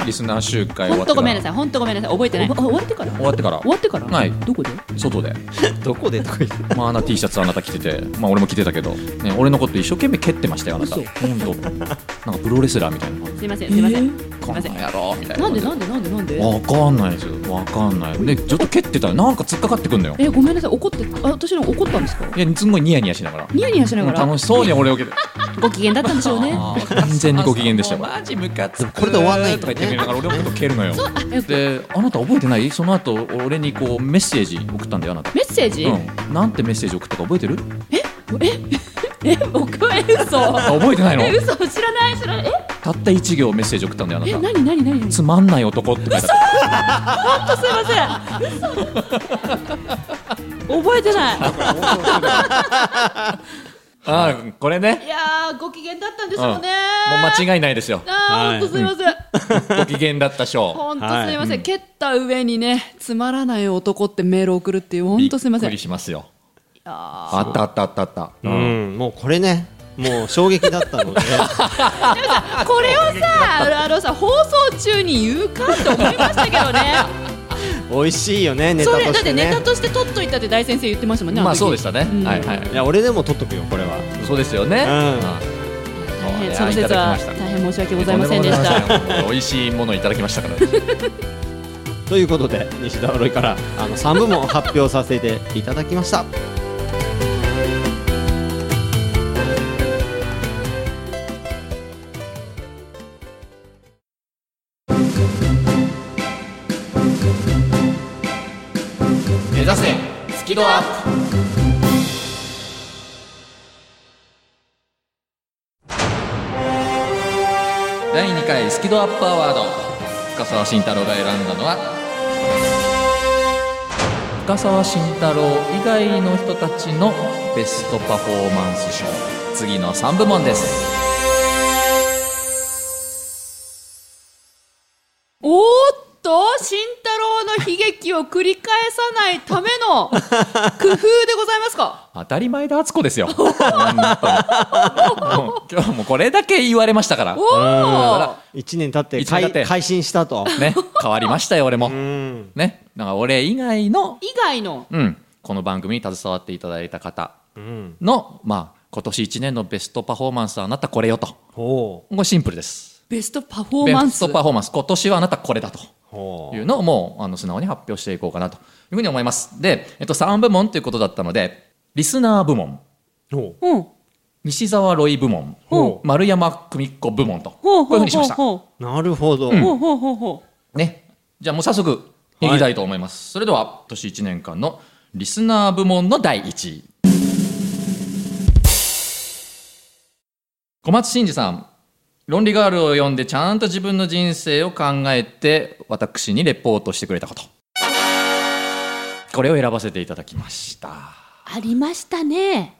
Speaker 1: リスナー集会終わ
Speaker 2: 本
Speaker 1: って
Speaker 2: 当
Speaker 1: か
Speaker 2: ごめんな
Speaker 1: ら
Speaker 2: さい本当ごめんなさい覚えてないあ終わってから
Speaker 1: 終わってから
Speaker 2: 終わってから
Speaker 1: はい
Speaker 2: どこで
Speaker 1: 外で、
Speaker 3: どこでとか言って
Speaker 1: まあ、あな T シャツあなた着てて、まあ、俺も着てたけど、ね、俺のこと一生懸命蹴ってましたよあなた
Speaker 2: 嘘
Speaker 1: 本当なんかプロレスラーみたいな感じ
Speaker 2: すいませんすいません、
Speaker 1: こんなんやろみたいな
Speaker 2: な
Speaker 1: 感
Speaker 2: んで
Speaker 1: じ
Speaker 2: なんでなんでなんで
Speaker 1: わかんないですよわかんないでちょっと蹴ってたらなんか突っかかってくんだよ
Speaker 2: えごめんなさい怒ってあ私の怒ったんですか
Speaker 1: いやすんごいニヤニヤしながら
Speaker 2: ニヤニヤしながら
Speaker 1: 楽しそうに俺を蹴って
Speaker 2: ご機嫌だったんでしょうね
Speaker 1: 完全にご機嫌でしたよ
Speaker 4: マジムカつく
Speaker 3: これで終わんないん
Speaker 1: と
Speaker 3: だ
Speaker 1: か言ってみながら俺のこと蹴るのよ
Speaker 2: そうあえ
Speaker 1: であなた覚えてないその後俺にこうメッセージ送ったんだよあなた
Speaker 2: メッセージ、
Speaker 1: うん、なんてメッセージ送ったか覚えてる
Speaker 2: え僕はえ嘘
Speaker 1: あ覚えてないの
Speaker 2: え嘘知らない知らないえ
Speaker 1: たった1行メッセージ送ったんだよあ
Speaker 2: え
Speaker 1: なた
Speaker 2: 何何何何
Speaker 1: つまんない男って書いてあった
Speaker 2: すいません嘘覚えてない
Speaker 1: あーこれね
Speaker 2: いやーご機嫌だったんでしょ
Speaker 1: う
Speaker 2: うね、
Speaker 1: んもう間違いないですよ
Speaker 2: あ
Speaker 3: は
Speaker 2: ー
Speaker 3: い
Speaker 2: ほんとすみません、
Speaker 1: ご機嫌だったシ ョー
Speaker 2: ほんとすみません、蹴った上にねつまらない男ってメール送るっていうほんとすみませ
Speaker 1: び
Speaker 2: ん
Speaker 1: っくり
Speaker 2: い
Speaker 1: しますよ
Speaker 2: やー
Speaker 1: あったあったあったあった、
Speaker 3: う、んもうこれねもう衝撃だったので
Speaker 2: これをさあのさ放送中に言うかって思いましたけどね
Speaker 3: 美味しいよねネタ
Speaker 2: そ
Speaker 3: と
Speaker 2: れだっ
Speaker 3: してて
Speaker 2: ネ
Speaker 3: ね
Speaker 2: タとして取っといたって大先生言ってましたもんね
Speaker 1: まあそうで
Speaker 2: し
Speaker 1: したね、
Speaker 2: うん
Speaker 1: はいはい
Speaker 3: いや俺でも取っとくよこれは
Speaker 1: そうですよね、
Speaker 3: うん
Speaker 1: あ
Speaker 2: た大変
Speaker 1: いや
Speaker 2: その
Speaker 1: いた
Speaker 2: 説
Speaker 1: だき
Speaker 2: は
Speaker 1: ました
Speaker 2: 大変申し訳ございませんでした
Speaker 1: とんでもございません美味しいものをいただきましたから
Speaker 3: ということで西田ロイからあの3部門発表させていただきました
Speaker 1: 目指せスキドアップ第2回スキドアップアワード深澤慎太郎が選んだのは深澤慎太郎以外の人たちのベストパフォーマンス賞次の3部門です
Speaker 2: おーっと慎太郎の悲劇を繰り返さないための 工夫でございますか
Speaker 1: 当たり前だ敦子ですよ本当にもう今日もこれだけ言われましたから
Speaker 2: おー
Speaker 3: 1年経って
Speaker 1: 一年経って
Speaker 3: 改改心したと
Speaker 1: ね、変わりましたよ、俺も
Speaker 3: う。ん
Speaker 1: ね、なんか俺以外の、
Speaker 2: 以外の
Speaker 1: うん、この番組に携わっていただいた方
Speaker 3: うん
Speaker 1: の、まあ、今年1年のベストパフォーマンスはあなたこれよと。
Speaker 3: ほ
Speaker 1: もうシンプルです。
Speaker 2: ベストパフォー
Speaker 1: ベ
Speaker 2: マン
Speaker 1: ス
Speaker 2: ス
Speaker 1: トパフォーマンス、今年はあなたこれだと
Speaker 3: うほ
Speaker 1: いううのをもう、あの、素直に発表していこうかなというふうに思います。で、えっと、3部門ということだったので、リスナー部門、
Speaker 3: ほう
Speaker 2: うん
Speaker 1: 西澤ロイ部門
Speaker 3: ほ、う
Speaker 1: 丸山久美子部門と、
Speaker 2: ほ
Speaker 1: こういうふ
Speaker 2: うほうほ
Speaker 1: う
Speaker 2: う
Speaker 1: にしました。
Speaker 2: ほ
Speaker 3: なるほど、
Speaker 2: うほうほうほうほう
Speaker 1: ね。じゃあもう早速、いきたいと思います。それでは、今年1年間のリスナー部門の第1位。小松真二さん、論理ガールを読んでちゃんと自分の人生を考えて、私にレポートしてくれたこと。これを選ばせていただきました。
Speaker 2: ありましたね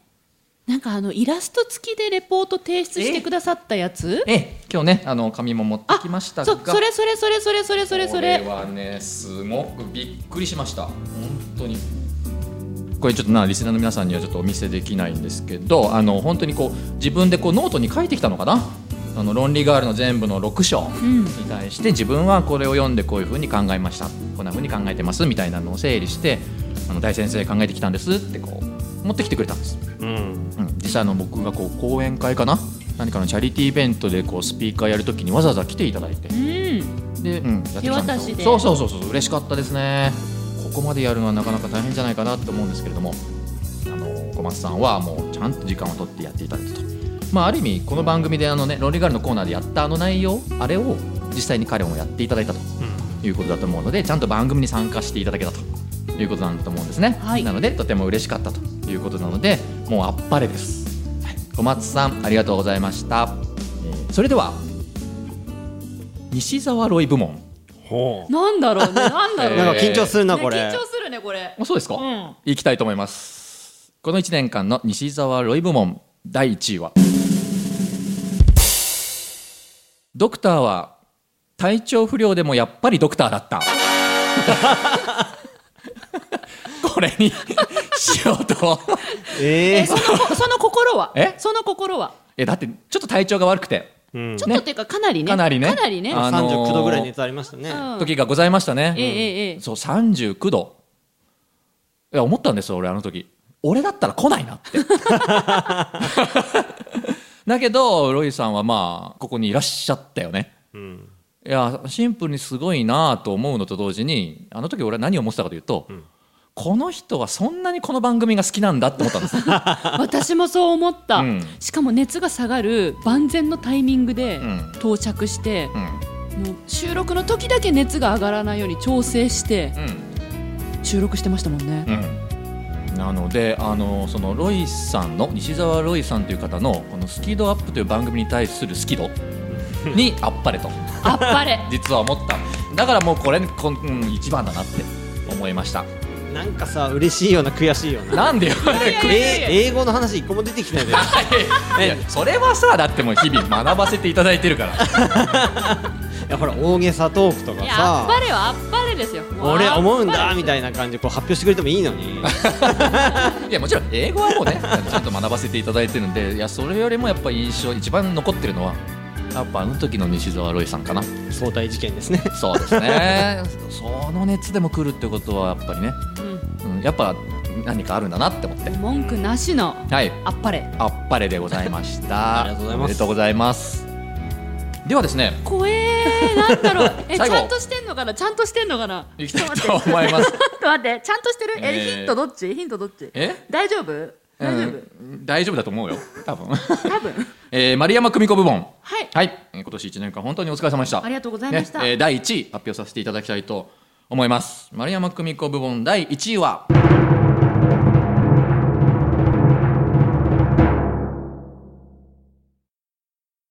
Speaker 2: なんかあのイラスト付きでレポート提出してくださったやつ
Speaker 1: ええ、今日ね、あの、紙も持ってきましたが。
Speaker 2: そそれそれそれそれそれそれそ
Speaker 1: こ
Speaker 2: れ
Speaker 1: れはねすごくびっくりしました本当にこれちょっとなリスナーの皆さんにはちょっとお見せできないんですけどあの本当にこう自分でこうノートに書いてきたのかなあの「論理ガール」の全部の6章
Speaker 2: うん
Speaker 1: に対して自分はこれを読んでこういうふうに考えましたこんなふうに考えてますみたいなのを整理してあの大先生考えてきたんですってこう持ってきてくれたんです
Speaker 3: うん
Speaker 1: うん、実際あの僕がこう講演会かな何かのチャリティーイベントでこうスピーカーやるときにわざわざ来ていただいて
Speaker 2: うん
Speaker 1: で、うん、やってきたん
Speaker 2: 手
Speaker 1: で
Speaker 2: 渡
Speaker 1: す
Speaker 2: し
Speaker 1: よ
Speaker 2: で
Speaker 1: そうそうそうそう嬉しかったですねここまでやるのはなかなか大変じゃないかなと思うんですけれどもあの小松さんはもうちゃんと時間を取ってやっていただいたと、まあ、ある意味この番組であのね「ロンリーガール」のコーナーでやったあの内容あれを実際に彼もやっていただいたということだと思うのでちゃんと番組に参加していただけたということなんだと思うんですね、
Speaker 2: はい
Speaker 1: なのでとても嬉しかったということなのでもうあっぱれです、はい小松さんありがとうございました、えーそれでは西澤ロイ部門
Speaker 3: ほ
Speaker 2: なんだろう ねなんだろう
Speaker 3: う
Speaker 2: ね
Speaker 3: なんか緊張するな、これ
Speaker 2: ね緊張するねこれ
Speaker 1: あそうですか、
Speaker 2: うん
Speaker 1: いきたいと思いますこの1年間の西澤ロイ部門第1位はドクターは体調不良でもやっぱりドクターだった これにしようと
Speaker 3: え
Speaker 2: え
Speaker 3: え
Speaker 2: そのこその心は
Speaker 1: え
Speaker 2: その心は
Speaker 1: えだってちょっと体調が悪くて
Speaker 3: うん
Speaker 2: ちょっとっていうかかなりね
Speaker 1: かなりね
Speaker 2: かなりね
Speaker 1: あのー
Speaker 3: 39度ぐらい熱ありましたね、
Speaker 2: うん
Speaker 1: 時がございましたね、
Speaker 2: ええええええ
Speaker 1: そう39度いや思ったんですよ俺あの時俺だったら来ないなって だけどロイさんはまあここにいらっしゃったよね
Speaker 3: うん
Speaker 1: いやシンプルにすごいなと思うのと同時にあの時俺は何を思ってたかというと、この人はそんなにこの番組が好きなんだって思ったんですよ
Speaker 2: 私もそう思った、
Speaker 1: うん
Speaker 2: しかも熱が下がる万全のタイミングで
Speaker 1: うん
Speaker 2: 到着して、
Speaker 1: うん
Speaker 2: もう収録の時だけ熱が上がらないように調整して
Speaker 1: うん
Speaker 2: 収録してましたもんね、
Speaker 1: うんなのであのそのロイさんの西澤ロイさんという方のこのスキードアップという番組に対するスキドにあっぱれと
Speaker 2: あっぱれ
Speaker 1: 実は思っただからもうこれこん、うん、一番だなって思いました
Speaker 3: なんかさ嬉しいような悔しいような
Speaker 1: なんでよ
Speaker 3: え英語の話一個も出てき ないで
Speaker 1: いやそれはさだってもう日々学ばせていただいてるから
Speaker 3: いやほら大げ さトークとか
Speaker 2: いやあっぱ
Speaker 3: さ
Speaker 2: れはあっぱれですよ
Speaker 3: 俺思うんだみ
Speaker 2: い
Speaker 3: たいな感じでこう発表してくれてもいいの に
Speaker 1: いやもちろん英語はもうねちゃんと学ばせていただいてるんでいやそれよりもやっぱ印象一番残ってるのはやっぱあの時の西澤ロイさんかな
Speaker 3: 相対事件ですね
Speaker 1: そうですね その熱でも来るってことはやっぱりね
Speaker 2: な、
Speaker 1: うん、やっぱ何かあるんだなって思って
Speaker 2: うん、文句なしの
Speaker 1: はい
Speaker 2: あっぱれ
Speaker 1: あっぱれでございました
Speaker 3: ありがとうございます
Speaker 1: おめでとうございますではですね
Speaker 2: 怖えーなんだ ろうえち
Speaker 1: 最後
Speaker 2: ゃんとしてんのかなちゃんとしてんのかな
Speaker 1: 行きたい
Speaker 2: ち
Speaker 1: と
Speaker 2: ょっと待って
Speaker 1: 思います
Speaker 2: ちょっと 待ってちゃんとしてるえ
Speaker 1: えー
Speaker 2: ヒントどっちヒントどっち
Speaker 1: え
Speaker 2: 大丈夫大丈夫、
Speaker 1: うん大丈夫だと思うよ多分、
Speaker 2: 多分
Speaker 1: えー、丸山久美子部門
Speaker 2: はい
Speaker 1: はいえー今年1年間本当にお疲れ様でした
Speaker 2: ありがとうございました
Speaker 1: ねえー第1位発表させていただきたいと思います丸山久美子部門第1位は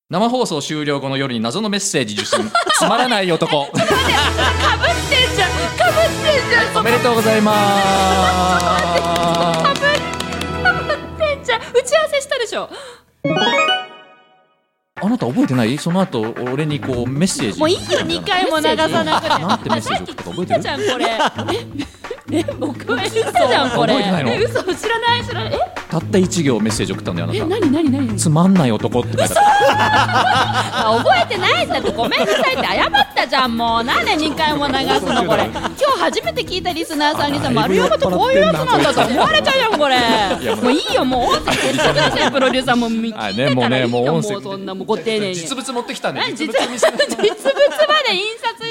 Speaker 1: 生放送終了後の夜に謎のメッセージ受 信つまらない男
Speaker 2: かぶってんじゃんかぶってんじゃん
Speaker 1: おめでとうございます
Speaker 2: てんちゃん打ち合わせしたでしょ
Speaker 1: あなた覚えてないその後俺にこうメッセージ
Speaker 2: もういいよ二回も流さなくて
Speaker 1: なんてメッセージ送ったか覚えてる
Speaker 2: あさっき聞いたじゃんこれええ僕は嘘じゃんこれ
Speaker 1: 覚えてないの
Speaker 2: え嘘知らない知らない
Speaker 1: たった1行メッセージ送ったんだよあ
Speaker 2: ええ
Speaker 1: なた
Speaker 2: 何何何
Speaker 1: つまんない男って書いてあった
Speaker 2: あ覚えてないんだってごめんなさいって謝ったじゃんもうなんで2回も流すのこれ今日初めて聞いたリスナーさんにさ丸山とこういうやつなんだと思われちゃうよこれもういいよもう音声消してくださいプロデューサーもう聞いてた
Speaker 1: あ
Speaker 2: らい
Speaker 1: ねもうね
Speaker 2: いよ
Speaker 1: もう
Speaker 2: もう
Speaker 1: 音声
Speaker 2: そんなもうご丁寧に
Speaker 1: 実物持ってきたんで
Speaker 2: 何
Speaker 1: 実
Speaker 2: 実
Speaker 1: 物
Speaker 2: 物
Speaker 1: 見せます
Speaker 2: 実物まで印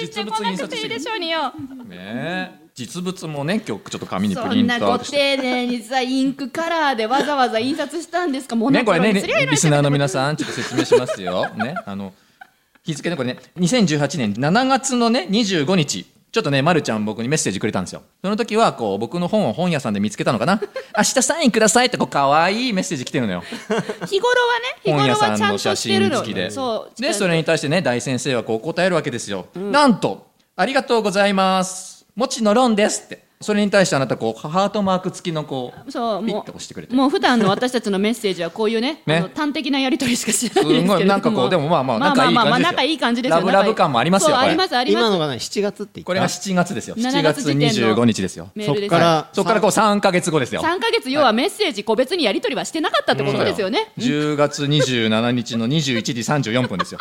Speaker 2: 刷してこなくていいでしょうによ
Speaker 1: ねえ実物もね今日ちょっと紙にプ
Speaker 2: そ
Speaker 1: リ
Speaker 2: ん
Speaker 1: ン
Speaker 2: な
Speaker 1: トアウ
Speaker 2: ご
Speaker 1: トして
Speaker 2: 丁寧にさインクカラーでわざわざ印刷したんですかも
Speaker 1: ねこれね
Speaker 2: すりゃいいの
Speaker 1: リ
Speaker 2: に
Speaker 1: スナーの皆さんちょっと説明しますよねあの日付ねこれね2018年7月のね25日ちょっとね、ま、るちゃん僕にメッセージくれたんですよその時はこう僕の本を本屋さんで見つけたのかな 明日サインくださいってこう可愛いメッセージ来てるのよ
Speaker 2: 日頃は
Speaker 1: 本
Speaker 2: ね
Speaker 1: 屋
Speaker 2: 日頃
Speaker 1: さ
Speaker 2: は
Speaker 1: ん
Speaker 2: ちゃん
Speaker 1: の
Speaker 2: と
Speaker 1: 写
Speaker 2: してる
Speaker 1: 真
Speaker 2: の
Speaker 1: 付きで
Speaker 2: そう
Speaker 1: でそれに対してね大先生はこう答えるわけですよ、なんと「ありがとうございます」「もちのろんです」ってそれに対してあなたこうハートマーク付きのこう
Speaker 2: そう
Speaker 1: ピッ
Speaker 2: も
Speaker 1: て押してくれて
Speaker 2: うもう普段の私たちのメッセージはこういうね
Speaker 1: ね
Speaker 2: あの端的なやり取りしかしないですけれど
Speaker 1: す
Speaker 2: も
Speaker 1: ごいなんかこうでもまあまあ仲
Speaker 2: 仲
Speaker 1: い
Speaker 2: い
Speaker 1: い
Speaker 2: い
Speaker 1: 感じ
Speaker 2: 感じ
Speaker 1: で
Speaker 2: ですす
Speaker 1: よ
Speaker 2: よ
Speaker 1: ラブラブ感もありますよ
Speaker 2: そう
Speaker 1: これ
Speaker 2: ありますあり
Speaker 3: 今
Speaker 2: ま
Speaker 3: の
Speaker 2: す
Speaker 3: がね7月って言った
Speaker 1: これが7月ですよ7
Speaker 2: 7
Speaker 1: 月
Speaker 2: 月時点の
Speaker 1: 25日ですよ
Speaker 2: メー
Speaker 3: そ
Speaker 2: ル
Speaker 3: っ
Speaker 2: です
Speaker 3: か
Speaker 2: 3
Speaker 3: ら
Speaker 1: そこからこう3か月後ですよ
Speaker 2: ヶ月要はメッセージ個別にやり取りはしてなかったってことですよね、
Speaker 1: 10月27日の21時34分ですよ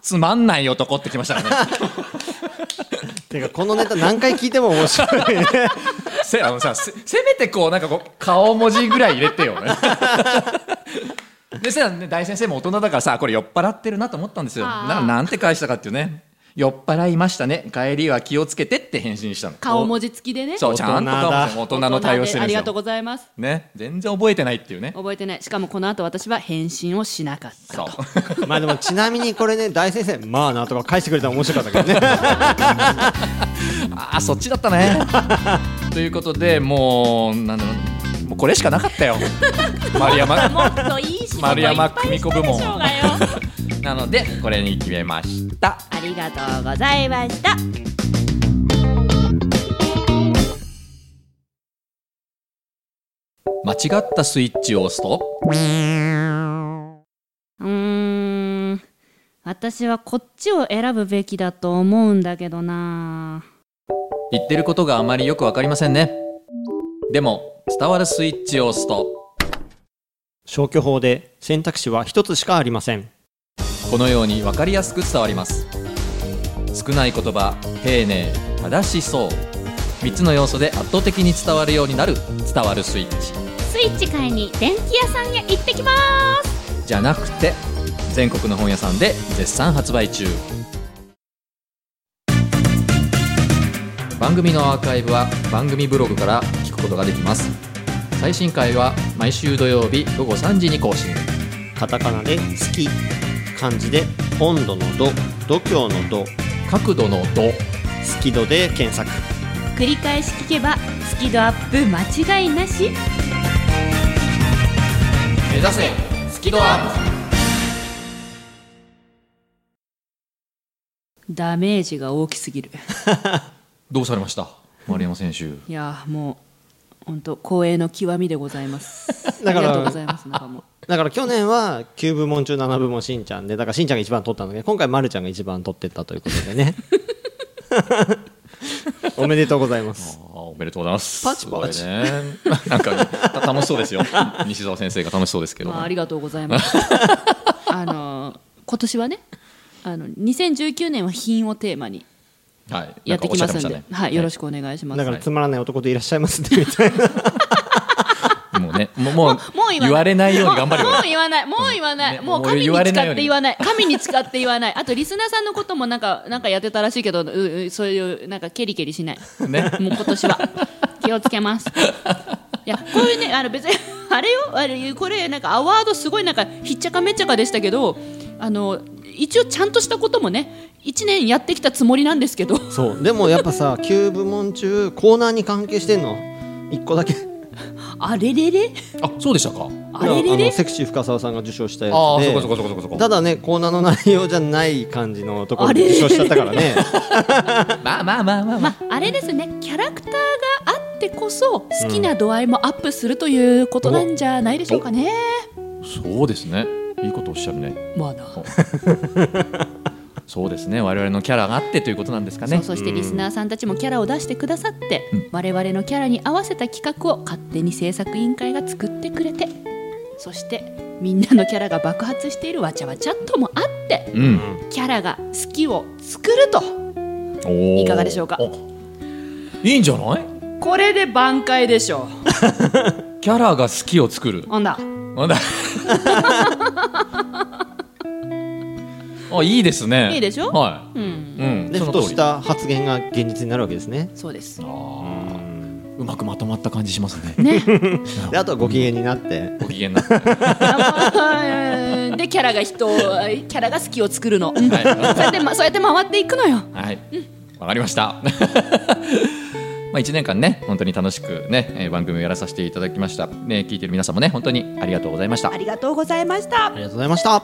Speaker 1: つまんない男ってきましたからね
Speaker 3: てかこのネタ何回聞いても面白いね
Speaker 1: せあのさせせめてこうなんかこう顔文字ぐらい入れてよでせやね大先生も大人だからさこれ酔っ払ってるなと思ったんですよ
Speaker 2: あー
Speaker 1: ななんて返したかっていうね酔っ払いましたね帰りは気をつけてって返信したの
Speaker 2: 顔文字付きでね
Speaker 1: そうちゃんと顔文字も大人の対応してる
Speaker 2: あ
Speaker 1: んで
Speaker 2: り
Speaker 1: す
Speaker 2: がと
Speaker 1: よ
Speaker 2: うございます
Speaker 1: ね全然覚えてないっていうね
Speaker 2: 覚えてないしかもこの後私は返信をしなかった
Speaker 1: そう
Speaker 3: まあでもちなみにこれね大先生まあなとか返してくれたら面白かったけどね
Speaker 1: あーそっちだったね ということでもうなんだろうもうこれしかなかったよ丸山
Speaker 2: もっといい仕事
Speaker 1: 丸
Speaker 2: いっ
Speaker 1: 山
Speaker 2: ぱ
Speaker 1: 久
Speaker 2: い
Speaker 1: 美
Speaker 2: し
Speaker 1: 子
Speaker 2: た
Speaker 1: 部
Speaker 2: で
Speaker 1: 門
Speaker 2: しょうがよ
Speaker 1: なのでこれに決めました
Speaker 2: ありがとうございました
Speaker 1: 間違ったスイッチを押すと
Speaker 2: うーん私はこっちを選ぶべきだと思うんだけどな
Speaker 1: 言ってることがあまりよくわかりませんねでも伝わるスイッチを押すと
Speaker 3: 消去法で選択肢は一つしかありません
Speaker 1: このように分かりやすく伝わります少ない言葉丁寧正しそう3つの要素で圧倒的に伝わるようになる伝わるスイッチ
Speaker 2: スイッチ買いに電気屋さんへ行ってきまーす
Speaker 1: じゃなくて全国の本屋さんで絶賛発売中番組のアーカイブは番組ブログから聞くことができます最新回は毎週土曜日午後3時に更新
Speaker 3: カタカナで「好き」漢字で「温度の度」「度胸の度」
Speaker 1: 角度の度
Speaker 3: 「好き度」で検索
Speaker 2: 繰り返し聞けばスキドアップ間違いなし
Speaker 1: 目指せスキドアップ
Speaker 2: ダメージが大きすぎる
Speaker 1: どうされました丸山選手
Speaker 2: いやーもう本当光栄の極みでございま す
Speaker 3: だから
Speaker 2: ありがとうございますなんかもう
Speaker 3: だから去年は9部門中7部門しんちゃんでだからしんちゃんが一番取ったんだけど今回まるちゃんが一番取ってったということで ねおめでとうございます
Speaker 1: あおめでとうございます
Speaker 3: パチパチ
Speaker 1: すごいね なんか楽しそう ですよ西澤先生が楽しそうですけ ど、
Speaker 2: まあ、ありがとうございます あの今年はねあの2019年は品をテーマに
Speaker 1: はい
Speaker 2: やってきますん
Speaker 1: な
Speaker 2: で
Speaker 1: んかおっしゃってましたね
Speaker 2: はい、よろしくお願いします
Speaker 3: だからつまらない男でいらっしゃいますねみたいな
Speaker 1: もうね、もう、 もう
Speaker 2: もう言わない
Speaker 1: 言われないように頑張るよ
Speaker 2: もう。もう言わないもう言わない、
Speaker 1: ね
Speaker 2: もう
Speaker 1: 俺
Speaker 2: 神に
Speaker 1: 言われない
Speaker 2: 誓
Speaker 1: よ
Speaker 2: っ
Speaker 1: う
Speaker 2: て
Speaker 1: に
Speaker 2: 言わない神に誓って言わないあとリスナーさんのこともなんかなんかやってたらしいけどううそういうなんかケリケリしない
Speaker 1: ね、
Speaker 2: もう今 年は気をつけます。いやこういうねあの別にあれよあれこれなんかアワードすごいなんかひっちゃかめっちゃかでしたけどあの一応ちゃんとしたこともね1年やってきたつもりなんですけど
Speaker 3: そうでもやっぱさ9部門中コーナーに関係してんの1個だけ
Speaker 2: あれれれ
Speaker 1: あ、そうでしたか。
Speaker 2: あれれ
Speaker 3: の
Speaker 2: れ
Speaker 3: セクシー深澤さんが受賞したや
Speaker 1: ああ、
Speaker 3: つ
Speaker 1: そ
Speaker 3: で
Speaker 1: こそこそこそこそこ。
Speaker 3: ただねコーナーの内容じゃない感じのところで受賞しちゃったからね
Speaker 1: まあまあまあまあま
Speaker 2: まああれですねキャラクターがあってこそ好きな度合いもアップするということなんじゃないでしょうかね。
Speaker 1: あ。そうですね。いいことおっしゃるね。
Speaker 2: まあな
Speaker 1: そうですね。我々のキャラがあってということなんですか
Speaker 2: そ
Speaker 1: ね
Speaker 2: う。そしてリスナーさんたちもキャラを出してくださって、我々のキャラに合わせた企画を勝手に制作委員会が作ってくれてそしてみんなのキャラが爆発しているわちゃわちゃっともあって
Speaker 1: うん。
Speaker 2: キャラが好きを作ると
Speaker 1: おお。
Speaker 2: いかがでしょうか
Speaker 1: お。いいんじゃない。
Speaker 2: これで挽回でしょ
Speaker 1: キャラが好きを作る
Speaker 2: う。ほんだ
Speaker 1: なん だ。あ、いいですね。
Speaker 2: いいでしょ
Speaker 1: は
Speaker 2: うん
Speaker 1: い。うん。
Speaker 3: で
Speaker 1: そ
Speaker 3: ふ
Speaker 1: の
Speaker 3: と
Speaker 1: 通
Speaker 3: し
Speaker 1: り。
Speaker 3: た発言が現実になるわけですね
Speaker 2: そうです
Speaker 1: あーうまくまとまった感じしますね。
Speaker 2: ね
Speaker 3: であとはご機嫌になって
Speaker 1: ご機嫌な。
Speaker 2: でキャラが人をキャラが好きを作るの、うん
Speaker 1: はい
Speaker 2: そうやってまそうやって回っていくのよ
Speaker 1: はい、わかりました。 まあ1年間ね、本当に楽しくね、えー番組をやらさせていただきました。ね、聞いてる皆さんもね、本当にありがとうございました
Speaker 2: あ。りがとうございました
Speaker 3: ありがとうございました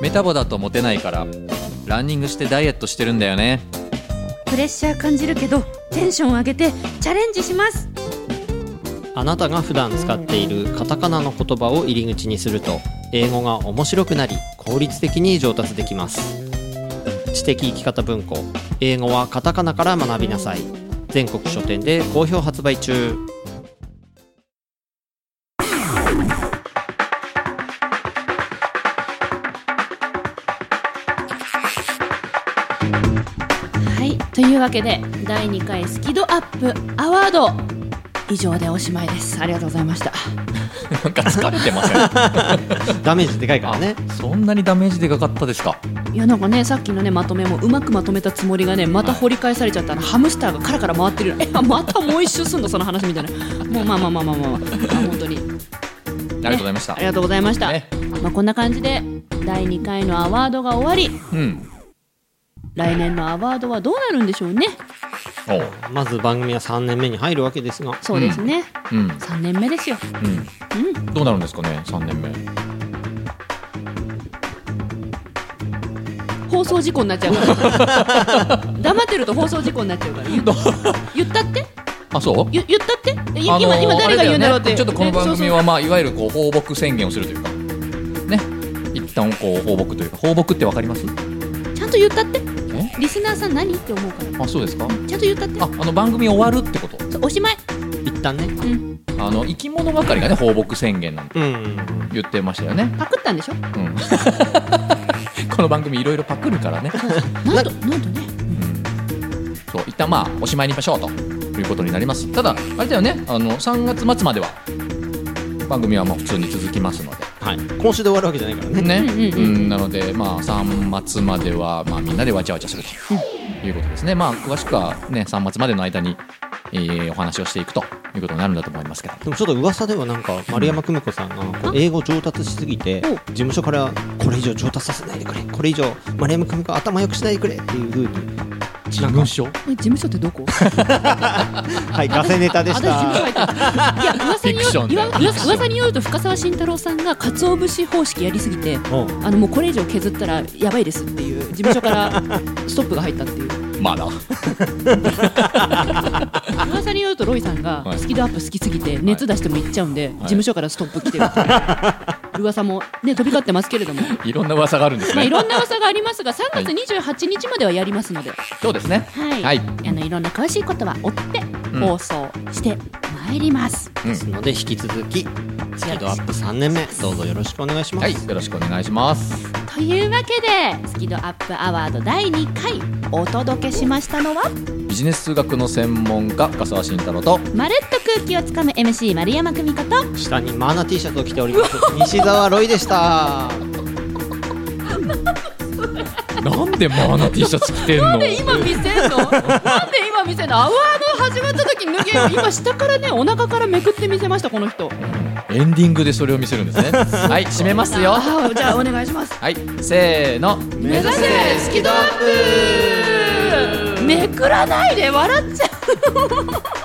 Speaker 1: メタボだとモテないから、ランニングしてダイエットしてるんだよね。
Speaker 2: プレッシャー感じるけどテンション上げてチャレンジします
Speaker 3: あなたが普段使っているカタカナの言葉を入り口にすると英語が面白くなり効率的に上達できます知的生き方文庫英語はカタカナから学びなさい全国書店で好評発売中
Speaker 2: はいというわけで第2回スキドアップアワード以上でおしまいですありがとうございました
Speaker 1: なんか疲れてません。
Speaker 3: ダメージでかいからね
Speaker 1: そんなにダメージでかかったですか。
Speaker 2: いやなんかねさっきのねまとめもうまくまとめたつもりがねまた掘り返されちゃったなハムスターがカラカラ回ってるえまたもう一周すんのその話みたいなもうまあまあまあまあまあ、まあ、本当に
Speaker 1: ありがとうございました。
Speaker 2: ありがとうございました、
Speaker 1: ね
Speaker 2: まあ、こんな感じで第2回のアワードが終わり
Speaker 1: うん。
Speaker 2: 来年のアワードはどうなるんでしょうね
Speaker 1: おう。
Speaker 3: まず番組は3年目に入るわけですが
Speaker 2: そうですね、
Speaker 1: うん。
Speaker 2: 3年目ですよ
Speaker 1: うん。どうなるんですかね、三年目。
Speaker 2: 放送事故になっちゃうから 黙ってると放送事故になっちゃうから言う言ったって
Speaker 1: あそう
Speaker 2: 言言ったってい
Speaker 1: あ
Speaker 2: 今
Speaker 1: の
Speaker 2: 今誰が言うんだろうって、
Speaker 1: あれよねちょっとこの番組
Speaker 2: ね
Speaker 1: はまあいわゆるこう放牧宣言をするというかね一旦こう放牧というか放牧ってわかります
Speaker 2: そうそうちゃんと言ったって
Speaker 1: え
Speaker 2: リスナーさん何って思うから
Speaker 1: あそうですか
Speaker 2: ちゃんと言ったって
Speaker 1: ああの番組終わるってこと
Speaker 2: そうおしまい
Speaker 3: 一旦ね
Speaker 1: あの生き物係がね放牧宣言なんて
Speaker 3: うん
Speaker 1: 言ってましたよね
Speaker 2: パクったんでしょ
Speaker 1: うん この番組いろいろパクるからね、
Speaker 2: なんとなんとね
Speaker 1: うん、そう一旦まあおしまいにしましょうということになりますただあれだよねあの3月末までは番組はもう普通に続きますので
Speaker 3: はい今週で終わるわけじゃないからね
Speaker 1: ね、
Speaker 2: うんうんう
Speaker 1: うんんなので、まあ、3末までは、まあ、みんなでわちゃわちゃするということですね、まあ、詳しくは、ね、3末までの間に、えーお話をしていくということになるんだと思いますけど、
Speaker 3: でもちょっと噂ではなんか丸山久美子さんがこう英語上達しすぎて
Speaker 2: お
Speaker 3: 事務所からこれ以上上達させないでくれこれ以上丸山久美子頭良くしないでくれっていうふうに事務所
Speaker 2: え事務所ってどこ
Speaker 3: はいガセネタでし
Speaker 2: 私事務所入って
Speaker 3: た
Speaker 2: たいや噂に
Speaker 1: フィクショ
Speaker 2: よ
Speaker 1: ン
Speaker 2: る
Speaker 1: だよ
Speaker 2: 噂噂噂によると深澤慎太郎さんが鰹節方式やりすぎて
Speaker 3: おう
Speaker 2: あのもうこれ以上削ったらやばいですっていう事務所からストップが入ったっていう
Speaker 1: まだ、
Speaker 2: 噂によるとロイさんが
Speaker 1: はい
Speaker 2: スキドアップ好きすぎて熱出しても行っちゃうんで事務所からストップ来てるって いう噂もね飛び交ってますけれども
Speaker 1: いろんな噂があるんです
Speaker 2: まあい
Speaker 1: ね、
Speaker 2: ろんな噂がありますが3月28日まではやりますのでは
Speaker 1: そうですね、
Speaker 2: い、
Speaker 1: はい
Speaker 2: あのいろんな詳しいことは追って放送してまいります、
Speaker 3: ですので引き続きスキドアップ3年目どうぞよろしくお願いしま
Speaker 1: は
Speaker 3: す、
Speaker 1: い、よろしくお願いします。
Speaker 2: というわけでスキドアップアワード第2回お届けしましたのは
Speaker 1: ビジネス数学の専門家、深澤慎太郎と、
Speaker 2: まるっと空気をつかむ MC 丸山久美子と
Speaker 3: 下にマーナ T シャツを着ております西澤ロイでし
Speaker 1: な
Speaker 3: た
Speaker 1: んでマーナ T シャツ着てんの
Speaker 2: 今見せんのなんで今見せんのアワード始まった時脱げよ今下からねお腹からめくって見せましたこの人
Speaker 1: エンディングでそれを見せるん ですね。はい、締めますよ。
Speaker 2: あーじゃあお願いします
Speaker 1: はい、せーの、
Speaker 2: 目指せスキドアップめくらないで笑っちゃう